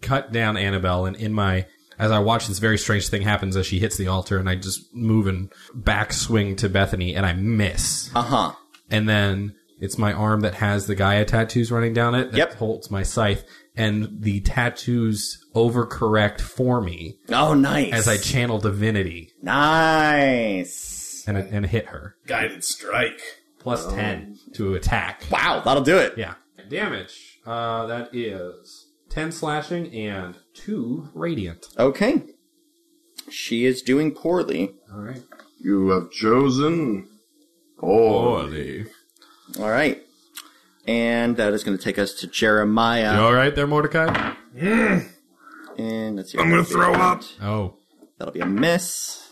[SPEAKER 3] cut down Annabelle, and in my as I watch this very strange thing happens as she hits the altar, and I just move and backswing to Bethany, and I miss.
[SPEAKER 1] Uh huh.
[SPEAKER 3] And then it's my arm that has the Gaia tattoos running down it that
[SPEAKER 1] Yep.
[SPEAKER 3] holds my scythe, and the tattoos overcorrect for me
[SPEAKER 1] Oh, nice.
[SPEAKER 3] as I channel divinity
[SPEAKER 1] nice.
[SPEAKER 3] and, and hit her.
[SPEAKER 4] Guided strike.
[SPEAKER 3] Plus 10 to attack.
[SPEAKER 1] Wow, that'll do it.
[SPEAKER 3] Yeah. Damage. Uh, that is 10 slashing and 2 radiant.
[SPEAKER 1] Okay. She is doing poorly.
[SPEAKER 3] All right.
[SPEAKER 2] you have chosen. Oh,
[SPEAKER 1] All right. And that is going to take us to Jeremiah.
[SPEAKER 3] all right there, Mordecai?
[SPEAKER 1] And let's see.
[SPEAKER 4] I'm gonna throw up.
[SPEAKER 3] Oh.
[SPEAKER 1] That'll be a miss.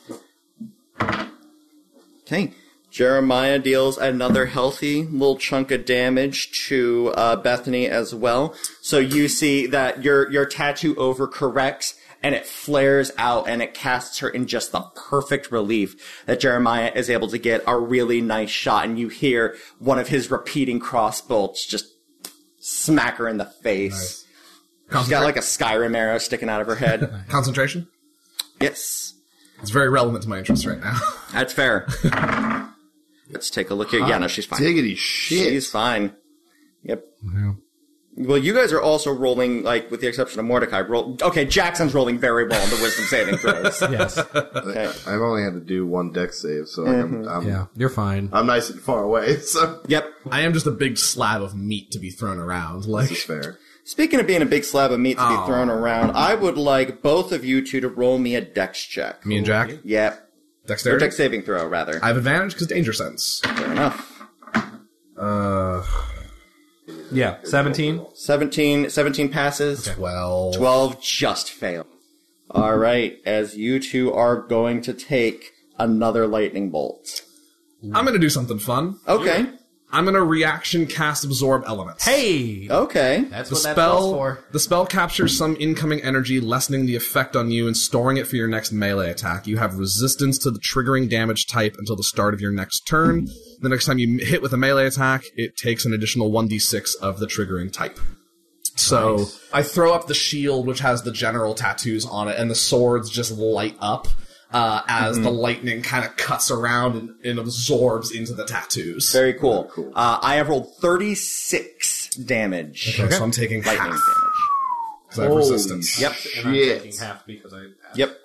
[SPEAKER 1] Okay. Jeremiah deals another healthy little chunk of damage to uh, Bethany as well. So you see that your your tattoo overcorrects and it flares out and it casts her in just the perfect relief that Jeremiah is able to get a really nice shot and you hear one of his repeating cross bolts just smack her in the face. She's got like a Skyrim arrow sticking out of her
[SPEAKER 4] <laughs>
[SPEAKER 1] head.
[SPEAKER 4] Concentration.
[SPEAKER 1] yes.
[SPEAKER 4] It's very relevant to my interests right now. <laughs>
[SPEAKER 1] That's fair. Let's take a look here. Yeah, no, she's fine.
[SPEAKER 2] diggity shit.
[SPEAKER 1] She's fine. Yep. Well, you guys are also rolling, like, with the exception of Mordecai. Roll- okay, Jackson's rolling very well on the wisdom saving throws.
[SPEAKER 3] Yes.
[SPEAKER 1] Okay.
[SPEAKER 2] I've only had to do one deck save, so like, I'm, I'm,
[SPEAKER 3] yeah, you're fine.
[SPEAKER 2] I'm nice and far away. <laughs> So
[SPEAKER 1] Yep.
[SPEAKER 4] I am just a big slab of meat to be thrown around.
[SPEAKER 2] <laughs>
[SPEAKER 4] Like,
[SPEAKER 2] it's fair.
[SPEAKER 1] Speaking of being a big slab of meat to be thrown around, I would like both of you two to roll me a dex check.
[SPEAKER 4] me and Jack,
[SPEAKER 1] Yep. Or
[SPEAKER 4] dexterity.
[SPEAKER 1] dex saving throw, rather.
[SPEAKER 4] I have advantage because danger sense.
[SPEAKER 1] Fair enough.
[SPEAKER 4] Uh,
[SPEAKER 3] Yeah, 17.
[SPEAKER 1] 17, 17 passes.
[SPEAKER 4] Well,
[SPEAKER 1] 12 just fail. All right, as you two are going to take another lightning bolt.
[SPEAKER 4] I'm gonna do something fun.
[SPEAKER 1] Okay.
[SPEAKER 4] I'm gonna reaction cast absorb elements.
[SPEAKER 3] Hey!
[SPEAKER 1] Okay.
[SPEAKER 3] That's
[SPEAKER 4] The
[SPEAKER 3] what that spell
[SPEAKER 4] spell,
[SPEAKER 3] for.
[SPEAKER 4] the spell captures some incoming energy, lessening the effect on you and storing it for your next melee attack. You have resistance to the triggering damage type until the start of your next turn. The next time you m- hit with a melee attack, it takes an additional 1d6 of the triggering type. So I throw up the shield, which has the general tattoos on it, and the swords just light up uh, as the lightning kind of cuts around and, and absorbs into the tattoos.
[SPEAKER 1] Very cool. Uh, I have rolled 36 damage.
[SPEAKER 4] Okay, So I'm taking
[SPEAKER 1] Lightning
[SPEAKER 4] half
[SPEAKER 1] damage.
[SPEAKER 4] 'cause I have
[SPEAKER 2] Holy
[SPEAKER 4] resistance.
[SPEAKER 1] Yep.
[SPEAKER 3] And I'm
[SPEAKER 2] Shit.
[SPEAKER 3] taking half because I.
[SPEAKER 1] Yep.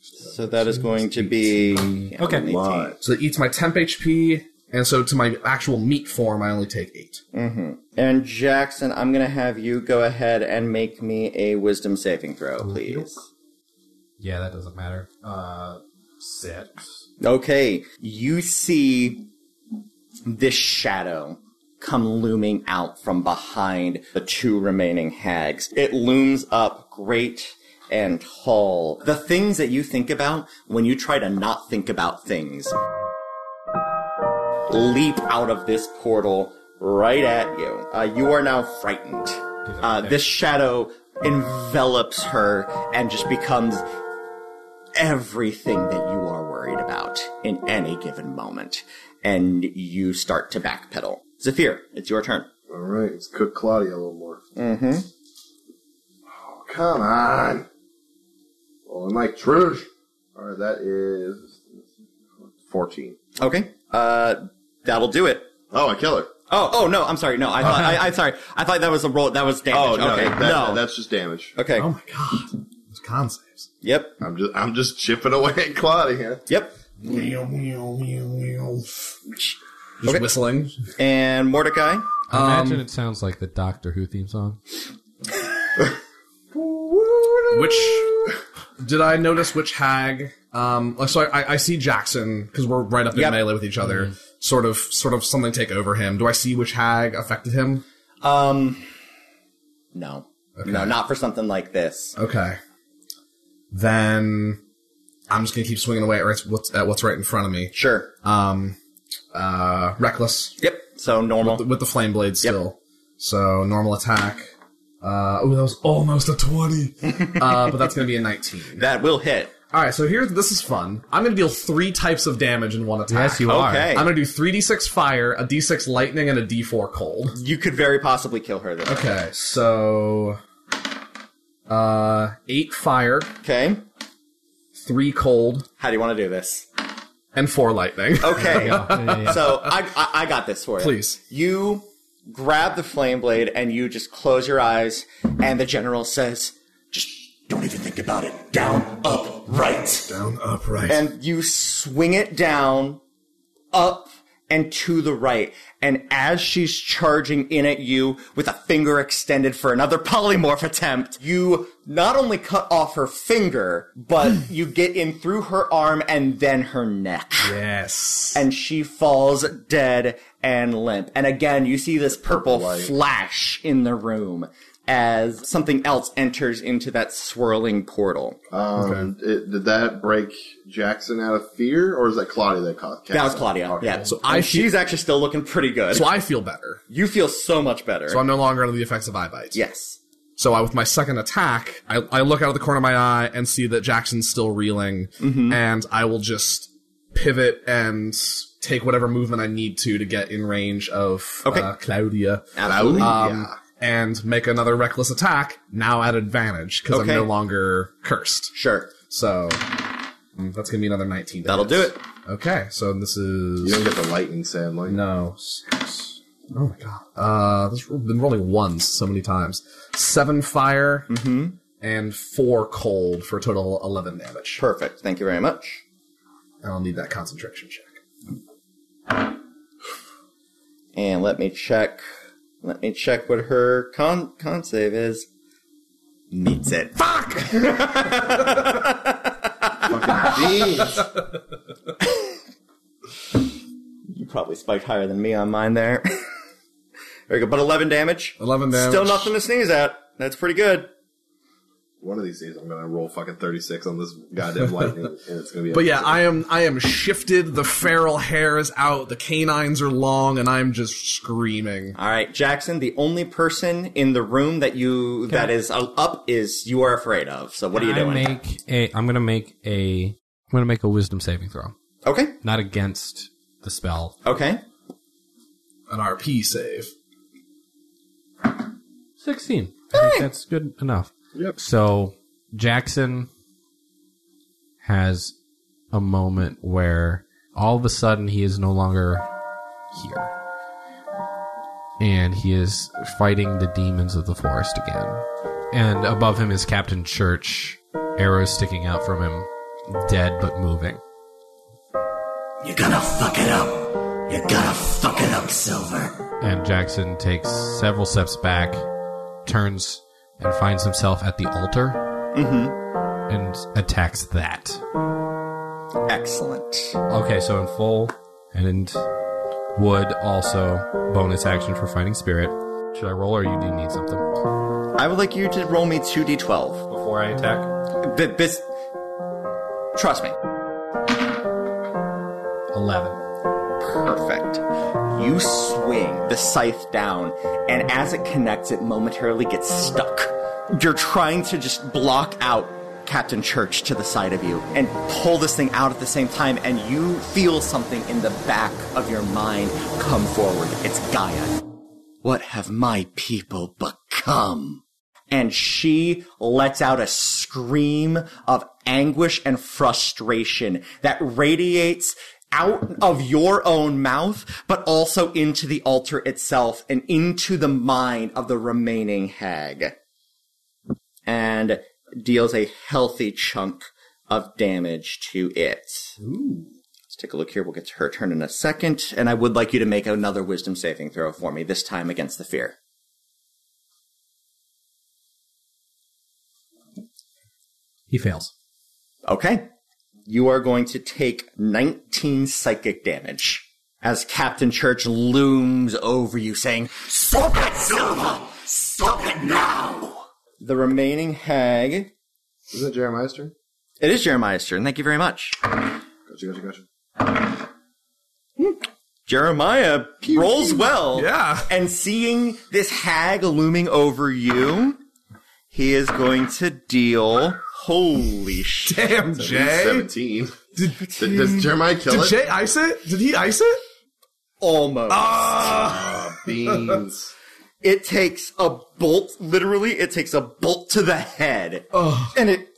[SPEAKER 1] So that is going to be. yeah,
[SPEAKER 3] Okay.
[SPEAKER 1] an 18.
[SPEAKER 2] Lot.
[SPEAKER 4] So it eats my temp HP, and so to my actual meat form, I only take eight.
[SPEAKER 1] And Jackson, I'm going to have you go ahead and make me a wisdom saving throw, please.
[SPEAKER 3] Yeah, that doesn't matter. Uh, six.
[SPEAKER 1] Okay, you see this shadow come looming out from behind the two remaining hags. It looms up great and tall. The things that you think about when you try to not think about things leap out of this portal right at you. Uh, you are now frightened. Uh, this shadow envelops her and just becomes everything that you are worried about in any given moment, and you start to backpedal. Zephyr, it's your turn.
[SPEAKER 2] All right, let's cook Claudia a little more. Mm-hmm. Oh, come on. Oh, Well, I'm like, Trish. All right, that is 14.
[SPEAKER 1] Okay, uh, that'll do it.
[SPEAKER 2] Oh, I kill her.
[SPEAKER 1] Oh, oh no, I'm sorry. No, I thought I, I'm sorry. I thought that was a roll. That was damage.
[SPEAKER 2] Oh, no,
[SPEAKER 1] okay,
[SPEAKER 2] that-
[SPEAKER 1] no,
[SPEAKER 2] that's just damage.
[SPEAKER 1] okay.
[SPEAKER 4] Oh my god, those con saves.
[SPEAKER 1] Yep,
[SPEAKER 2] I'm just, I'm just chipping away at Claudia.
[SPEAKER 1] yep.
[SPEAKER 4] Just
[SPEAKER 1] Okay.
[SPEAKER 4] whistling.
[SPEAKER 1] And Mordecai.
[SPEAKER 3] I imagine it sounds like the Doctor Who theme song.
[SPEAKER 4] Which did I notice? Which hag? Um, so I, I see Jackson because we're right up in
[SPEAKER 1] Yep.
[SPEAKER 4] melee with each other. Sort of, sort of something take over him. Do I see which hag affected him?
[SPEAKER 1] Um, no, no, not for something like this.
[SPEAKER 4] Okay. Then I'm just gonna keep swinging away at what's, at what's right in front of me.
[SPEAKER 1] Sure.
[SPEAKER 4] Um, uh, reckless.
[SPEAKER 1] Yep. So normal.
[SPEAKER 4] with the flame blade still. So normal attack. Uh, oh, that was almost a twenty, uh, but that's going to be a nineteen.
[SPEAKER 1] that will hit.
[SPEAKER 4] All right, so here's this is fun. I'm going to deal three types of damage in one attack.
[SPEAKER 3] Yes, you are.
[SPEAKER 1] Okay.
[SPEAKER 4] I'm going to do three d6 fire, a d6 lightning, and a d4 cold.
[SPEAKER 1] You could very possibly kill her. Then.
[SPEAKER 4] Okay, so uh, eight fire,
[SPEAKER 1] Okay.
[SPEAKER 4] three cold,
[SPEAKER 1] How do you want to do this?
[SPEAKER 4] and four
[SPEAKER 3] <laughs>
[SPEAKER 4] lightning.
[SPEAKER 1] Okay.
[SPEAKER 3] Yeah, yeah.
[SPEAKER 1] So I, I, I got this for you.
[SPEAKER 4] Please.
[SPEAKER 1] You grab the flame blade and you just close your eyes, and the general says, just don't even think about it. Down, up, right.
[SPEAKER 4] Down upright.
[SPEAKER 1] And you swing it down, up, and to the right. And as she's charging in at you with a finger extended for another polymorph attempt, you not only cut off her finger,
[SPEAKER 3] <gasps>
[SPEAKER 1] but you get in through her arm and then her neck
[SPEAKER 4] yes.
[SPEAKER 1] and she falls dead and limp. And again, you see this purple flash in the room as something else enters into that swirling portal.
[SPEAKER 2] Um, it, did that break Jackson out of fear, or is that Claudia that caught?
[SPEAKER 1] that was Claudia. Yeah. So
[SPEAKER 4] I see-
[SPEAKER 1] she's actually still looking pretty good.
[SPEAKER 4] so I feel better.
[SPEAKER 1] you feel so much better.
[SPEAKER 4] So I'm no longer under the effects of eye bites.
[SPEAKER 1] yes.
[SPEAKER 4] So I, with my second attack, I, I look out of the corner of my eye and see that Jackson's still reeling,
[SPEAKER 1] Mm-hmm.
[SPEAKER 4] and I will just pivot and take whatever movement I need to to get in range of
[SPEAKER 1] Okay.
[SPEAKER 4] uh, Claudia,
[SPEAKER 1] Absolutely.
[SPEAKER 4] um, and make another reckless attack now at advantage because
[SPEAKER 1] Okay.
[SPEAKER 4] I'm no longer cursed.
[SPEAKER 1] sure.
[SPEAKER 4] So mm, that's gonna be another nineteen. to
[SPEAKER 1] That'll
[SPEAKER 4] hit.
[SPEAKER 1] do it.
[SPEAKER 4] Okay, so this
[SPEAKER 2] You
[SPEAKER 4] is
[SPEAKER 2] don't get the lightning, sadly.
[SPEAKER 4] no six. Oh my god! Uh, this I've been rolling ones so many times. Seven fire
[SPEAKER 2] Mm-hmm.
[SPEAKER 4] and four cold for a total of eleven damage.
[SPEAKER 1] Perfect. Thank you very much.
[SPEAKER 4] And I'll need that concentration check.
[SPEAKER 1] And let me check. Let me check what her con con save is. Meets it. <laughs>
[SPEAKER 2] Jeez.
[SPEAKER 1] You probably spiked higher than me on mine there. <laughs> There you go. But 11 damage.
[SPEAKER 4] 11 damage.
[SPEAKER 1] Still nothing to sneeze at. That's pretty good.
[SPEAKER 2] One of these days, I'm gonna roll fucking 36 on this
[SPEAKER 4] <laughs>
[SPEAKER 2] goddamn lightning, and it's gonna be.
[SPEAKER 4] But yeah, I am I am shifted. The feral hair is out. The canines are long, and I'm just screaming.
[SPEAKER 1] All right, Jackson, the only person in the room that you that is uh up is you are afraid of. So what are you
[SPEAKER 3] I
[SPEAKER 1] doing?
[SPEAKER 3] make a. I'm gonna make a. I'm gonna make a wisdom saving throw,
[SPEAKER 1] okay.
[SPEAKER 3] not against the spell.
[SPEAKER 1] Okay.
[SPEAKER 4] An RP save.
[SPEAKER 3] Sixteen. I think that's good enough.
[SPEAKER 2] Yep.
[SPEAKER 3] So Jackson has a moment where all of a sudden he is no longer here, and he is fighting the demons of the forest again. And above him is Captain Church, arrows sticking out from him, dead but moving.
[SPEAKER 5] You're gonna fuck it up. You're gonna fuck it up, Silver.
[SPEAKER 3] And Jackson takes several steps back, turns, and finds himself at the altar.
[SPEAKER 2] Mm-hmm.
[SPEAKER 3] And attacks that.
[SPEAKER 1] Excellent.
[SPEAKER 3] Okay, so in full and would also bonus action for fighting spirit. Should I roll or you do need something?
[SPEAKER 1] I would like you to roll me 2d12.
[SPEAKER 3] Before I attack?
[SPEAKER 1] Th- This, trust me.
[SPEAKER 3] 11.
[SPEAKER 1] Perfect. You swing the scythe down, and as it connects, it momentarily gets stuck. You're trying to just block out Captain Church to the side of you and pull this thing out at the same time, and you feel something in the back of your mind come forward. It's Gaia. What have my people become? And she lets out a scream of anguish and frustration that radiates out of your own mouth, but also into the altar itself and into the mind of the remaining hag. And deals a healthy chunk of damage to it. Let's take a look here. We'll get to her turn in a second. And I would like you to make another wisdom saving throw for me, this time against the fear.
[SPEAKER 3] He fails.
[SPEAKER 1] Okay. You are going to take 19 psychic damage as Captain Church looms over you saying,
[SPEAKER 5] Stop it, Silver! Stop it now!
[SPEAKER 1] the remaining hag.
[SPEAKER 2] Isn't it Jeremiah's turn?
[SPEAKER 1] It is Jeremiah's turn. Thank you very much.
[SPEAKER 2] Gotcha, gotcha, gotcha.
[SPEAKER 1] Jeremiah rolls well.
[SPEAKER 4] Yeah.
[SPEAKER 1] And seeing this hag looming over you, he is going to deal. Holy shit.
[SPEAKER 4] Damn, Jay.
[SPEAKER 2] 17. Did- does Jeremiah kill
[SPEAKER 4] Did
[SPEAKER 2] it?
[SPEAKER 4] Jay ice it? Did he ice it?
[SPEAKER 1] Almost.
[SPEAKER 4] Ah.
[SPEAKER 2] Uh. Beans.
[SPEAKER 1] it takes a bolt, literally, it takes a bolt to the head.
[SPEAKER 4] Oh.
[SPEAKER 1] And it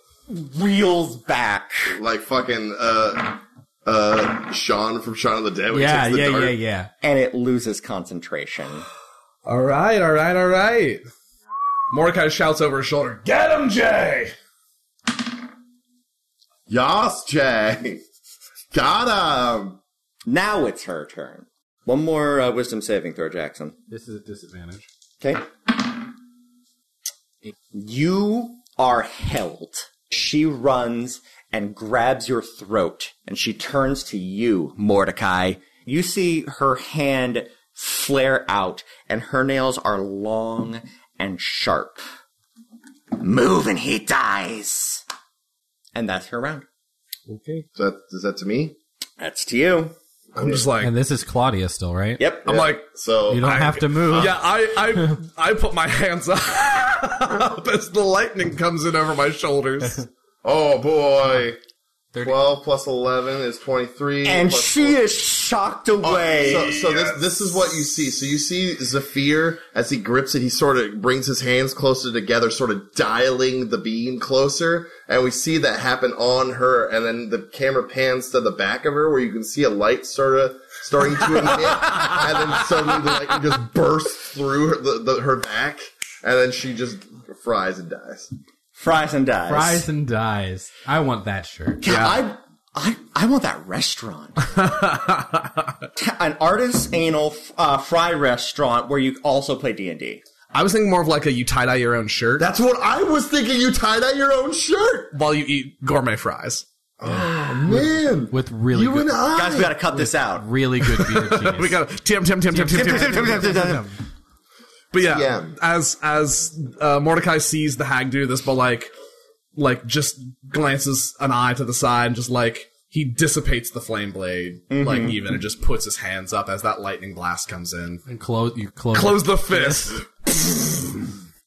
[SPEAKER 1] reels back.
[SPEAKER 2] like fucking uh uh Sean from Shaun of the Dead. When he takes the dart.
[SPEAKER 3] yeah.
[SPEAKER 1] And it loses concentration.
[SPEAKER 4] All right, all right, all right. Mordecai shouts over his shoulder, "Get him, Jay!"
[SPEAKER 2] Yas, Jay. Got him.
[SPEAKER 1] Now it's her turn. One more uh, wisdom saving throw, Jackson.
[SPEAKER 3] This is a disadvantage.
[SPEAKER 1] Okay. You are held. She runs and grabs your throat, and she turns to you, Mordecai. You see her hand flare out, and her nails are long and sharp.
[SPEAKER 5] Move and he dies.
[SPEAKER 1] And that's her round.
[SPEAKER 3] Okay.
[SPEAKER 2] Is that, is that to me?
[SPEAKER 1] That's to you.
[SPEAKER 4] I'm just like,
[SPEAKER 3] And this is Claudia still, right?
[SPEAKER 1] Yep.
[SPEAKER 4] I'm like,
[SPEAKER 2] So
[SPEAKER 3] You don't
[SPEAKER 2] I-
[SPEAKER 3] have to
[SPEAKER 2] <laughs>
[SPEAKER 3] move.
[SPEAKER 4] yeah, I, <laughs> I, I put my hands up <laughs> as the lightning comes in over my shoulders.
[SPEAKER 2] Oh boy. Twelve plus eleven is twenty-three.
[SPEAKER 1] And
[SPEAKER 2] plus
[SPEAKER 1] she is shocked away.
[SPEAKER 2] Oh, So, so this this is what you see. So you see Zephyr as he grips it, he sort of brings his hands closer together, sort of dialing the beam closer, and we see that happen on her. And then the camera pans to the back of her, where you can see a light sort of starting to <laughs> emit, and then suddenly the lightning just bursts through her, the, the, her back, and then she just fries and dies.
[SPEAKER 1] Fries and dies.
[SPEAKER 3] Rise and dies. I want that shirt.
[SPEAKER 1] God, I, I, I want that restaurant. Ta- An artisanal uh, fry restaurant where you also play D and D.
[SPEAKER 4] <laughs> I was thinking more of like a you tie dye your own shirt
[SPEAKER 2] That's what I was thinking. You tied out your own shirt,
[SPEAKER 4] while you eat gourmet fries.
[SPEAKER 2] man.
[SPEAKER 3] With really
[SPEAKER 2] you
[SPEAKER 3] good,
[SPEAKER 2] and I.
[SPEAKER 1] Guys, we got to cut this out.
[SPEAKER 2] <laughs>
[SPEAKER 3] really good beer cheese.
[SPEAKER 4] We got Tim, Tim, Tim, Tim, Tim, Tim, Tim, Tim, Tim, Tim, Tim. But yeah,
[SPEAKER 2] TM.
[SPEAKER 4] as as uh, Mordecai sees the hag do this, but like like just glances an eye to the side and just like he dissipates the flame blade, like even and just puts his hands up as that lightning blast comes in.
[SPEAKER 3] And close you close.
[SPEAKER 4] Close the fist.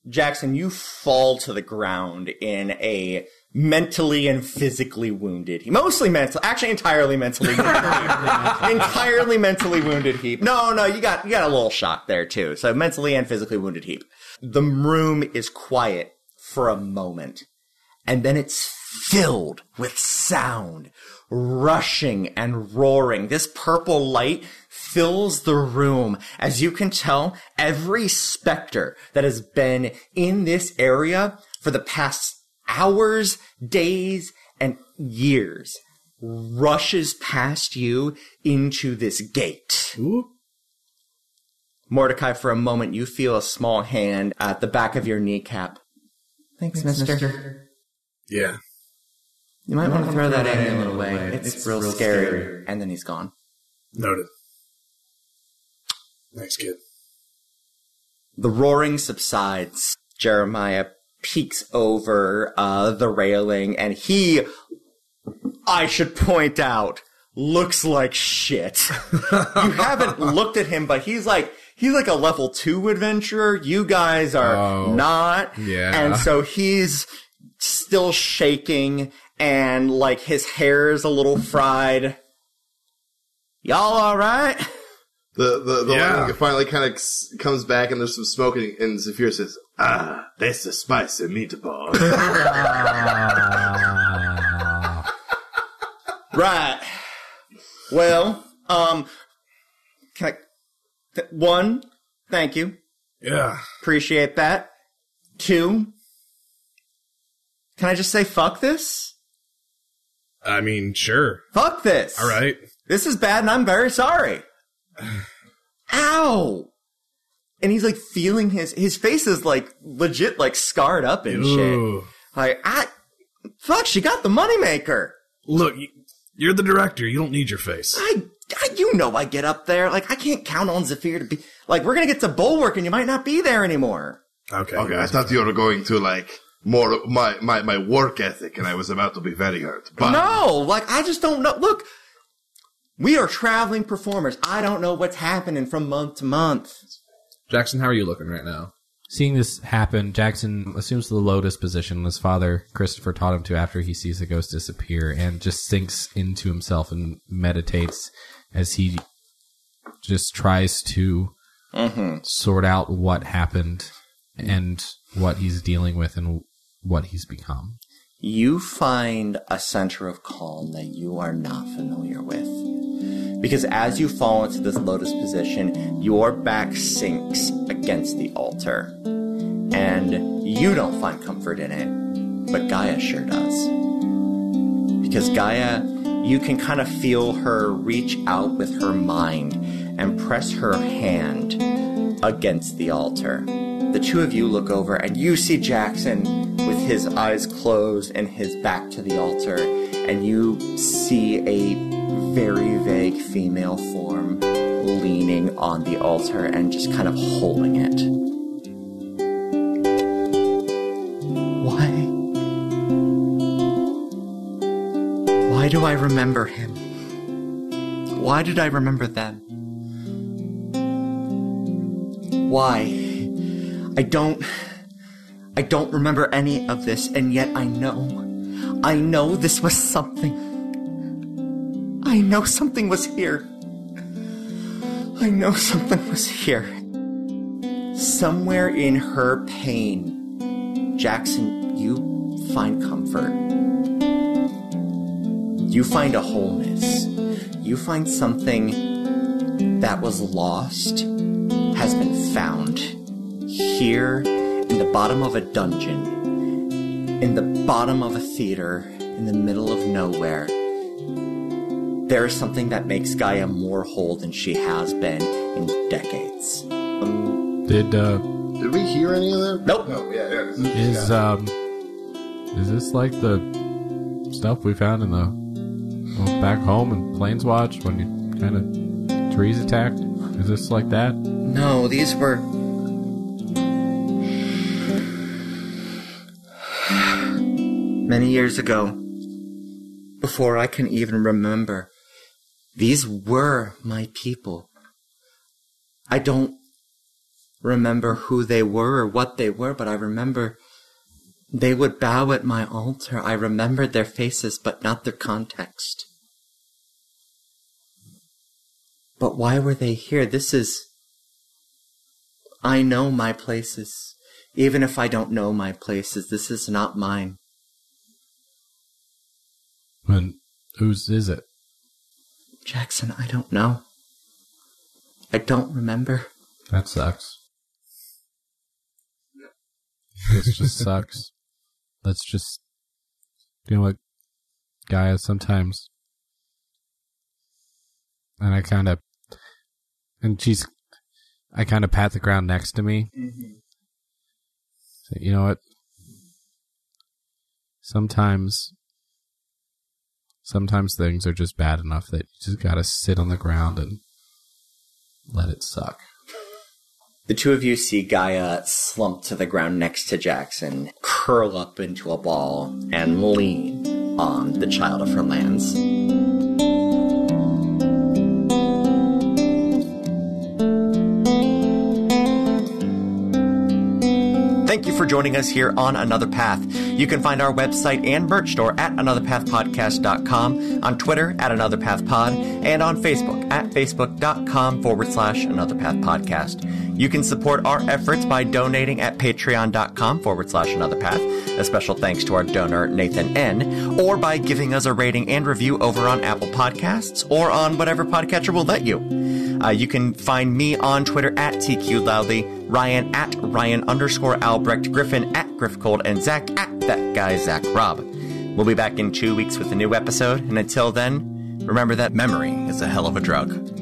[SPEAKER 1] Jackson, you fall to the ground in a mentally and physically wounded heap. Mostly mental, actually entirely mentally wounded heap. entirely mentally wounded heap. No, no, you got you got a little shock there too. So mentally and physically wounded heap. The room is quiet for a moment and then it's filled with sound, rushing and roaring. This purple light fills the room. As you can tell, every specter that has been in this area for the past hours, days, and years rushes past you into this gate. Mordecai, for a moment, you feel a small hand at the back of your kneecap. Thanks, mister.
[SPEAKER 4] Yeah.
[SPEAKER 1] You might want to throw that amulet away. It's, real, scary. And then he's gone.
[SPEAKER 4] Noted. Thanks, kid.
[SPEAKER 1] The roaring subsides. Jeremiah peeks over uh, the railing, and he, I should point out, looks like shit.
[SPEAKER 4] <laughs>
[SPEAKER 1] you haven't looked at him, but he's like he's like a level two adventurer. You guys are
[SPEAKER 4] Oh.
[SPEAKER 1] not.
[SPEAKER 4] Yeah.
[SPEAKER 1] And so he's still shaking, and like his hair is a little fried. Y'all all right?
[SPEAKER 2] The the, the
[SPEAKER 4] Yeah.
[SPEAKER 2] lightning finally kind of comes back, and there's some smoke, and, and Zephyr says, "Ah, that's the spice of meatball."
[SPEAKER 1] Right. Well, um, can I, th- one, thank you.
[SPEAKER 4] Yeah.
[SPEAKER 1] Appreciate that. Two, can I just say fuck this?
[SPEAKER 4] I mean, sure.
[SPEAKER 1] Fuck this.
[SPEAKER 4] All right.
[SPEAKER 1] This is bad and I'm very sorry. <sighs> Ow. And he's like feeling his, his face is like legit like scarred up and shit.
[SPEAKER 4] Ooh.
[SPEAKER 1] Like, I, fuck, she got the moneymaker.
[SPEAKER 4] Look, you- you're the director. You don't need your face.
[SPEAKER 1] I, I, you know, I get up there. Like, I can't count on Zafir to be like, we're gonna get to Bulwark, and you might not be there anymore.
[SPEAKER 4] Okay.
[SPEAKER 2] okay, "Oh, I thought you were going to like more of my, my my work ethic, and I was about to be very hurt. But
[SPEAKER 1] No, like, I just don't know. Look, we are traveling performers. I don't know what's happening from month to month.
[SPEAKER 4] Jackson, how are you looking right now?
[SPEAKER 3] Seeing this happen, Jackson assumes the lotus position his father Christopher taught him to after he sees the ghost disappear and just sinks into himself and meditates as he just tries to sort out what happened and what he's dealing with and what he's become.
[SPEAKER 1] you find a center of calm that you are not familiar with. Because as you fall into this lotus position, your back sinks against the altar. And you don't find comfort in it, but Gaia sure does. Because Gaia, you can kind of feel her reach out with her mind and press her hand against the altar. The two of you look over and you see Jackson with his eyes closed and his back to the altar, and you see a very vague female form leaning on the altar and just kind of holding it. Why? Why do I remember him? Why did I remember them? why i don't i don't remember any of this and yet i know i know this was something i know something was here i know something was here somewhere in her pain jackson you find comfort you find a wholeness you find something that was lost has been found here in the bottom of a dungeon, in the bottom of a theater, in the middle of nowhere. There is something that makes Gaia more whole than she has been in decades.
[SPEAKER 3] Did uh
[SPEAKER 2] did we hear any of that?
[SPEAKER 1] Nope.
[SPEAKER 2] No, yeah, yeah.
[SPEAKER 3] is um is this like the stuff we found in the well, back home in Plains Watch when you kind of trees attacked? Is this like that?
[SPEAKER 1] No, these were many years ago, before I can even remember. These were my people. I don't remember who they were or what they were, but I remember they would bow at my altar. I remembered their faces, but not their context. But why were they here? This is. I know my places. Even if I don't know my places, this is not mine.
[SPEAKER 3] And whose is it?
[SPEAKER 1] Jackson, I don't know. I don't remember.
[SPEAKER 3] That sucks. <laughs> This just sucks. Let's just. You know what, guys? Sometimes, and I kind of, and she's, I kind of pat the ground next to me. Say, you know what? Sometimes, sometimes things are just bad enough that you just gotta sit on the ground and let it suck.
[SPEAKER 1] The two of you see Gaia slump to the ground next to Jackson, curl up into a ball, and lean on the child of her lands. Thank you for joining us here on Another Path. You can find our website and merch store at anotherpathpodcast.com, on Twitter at Another Path Pod, and on Facebook at facebook.com forward slash Another Path Podcast. You can support our efforts by donating at patreon.com forward slash Another Path. A special thanks to our donor, Nathan N., or by giving us a rating and review over on Apple Podcasts or on whatever podcatcher will let you. Uh, you can find me on Twitter at TQ Loudly, Ryan at Ryan underscore Albrecht, Griffin at Griff Cold, and Zach at that guy Zach Rob. We'll be back in two weeks with a new episode, and until then, remember that memory is a hell of a drug.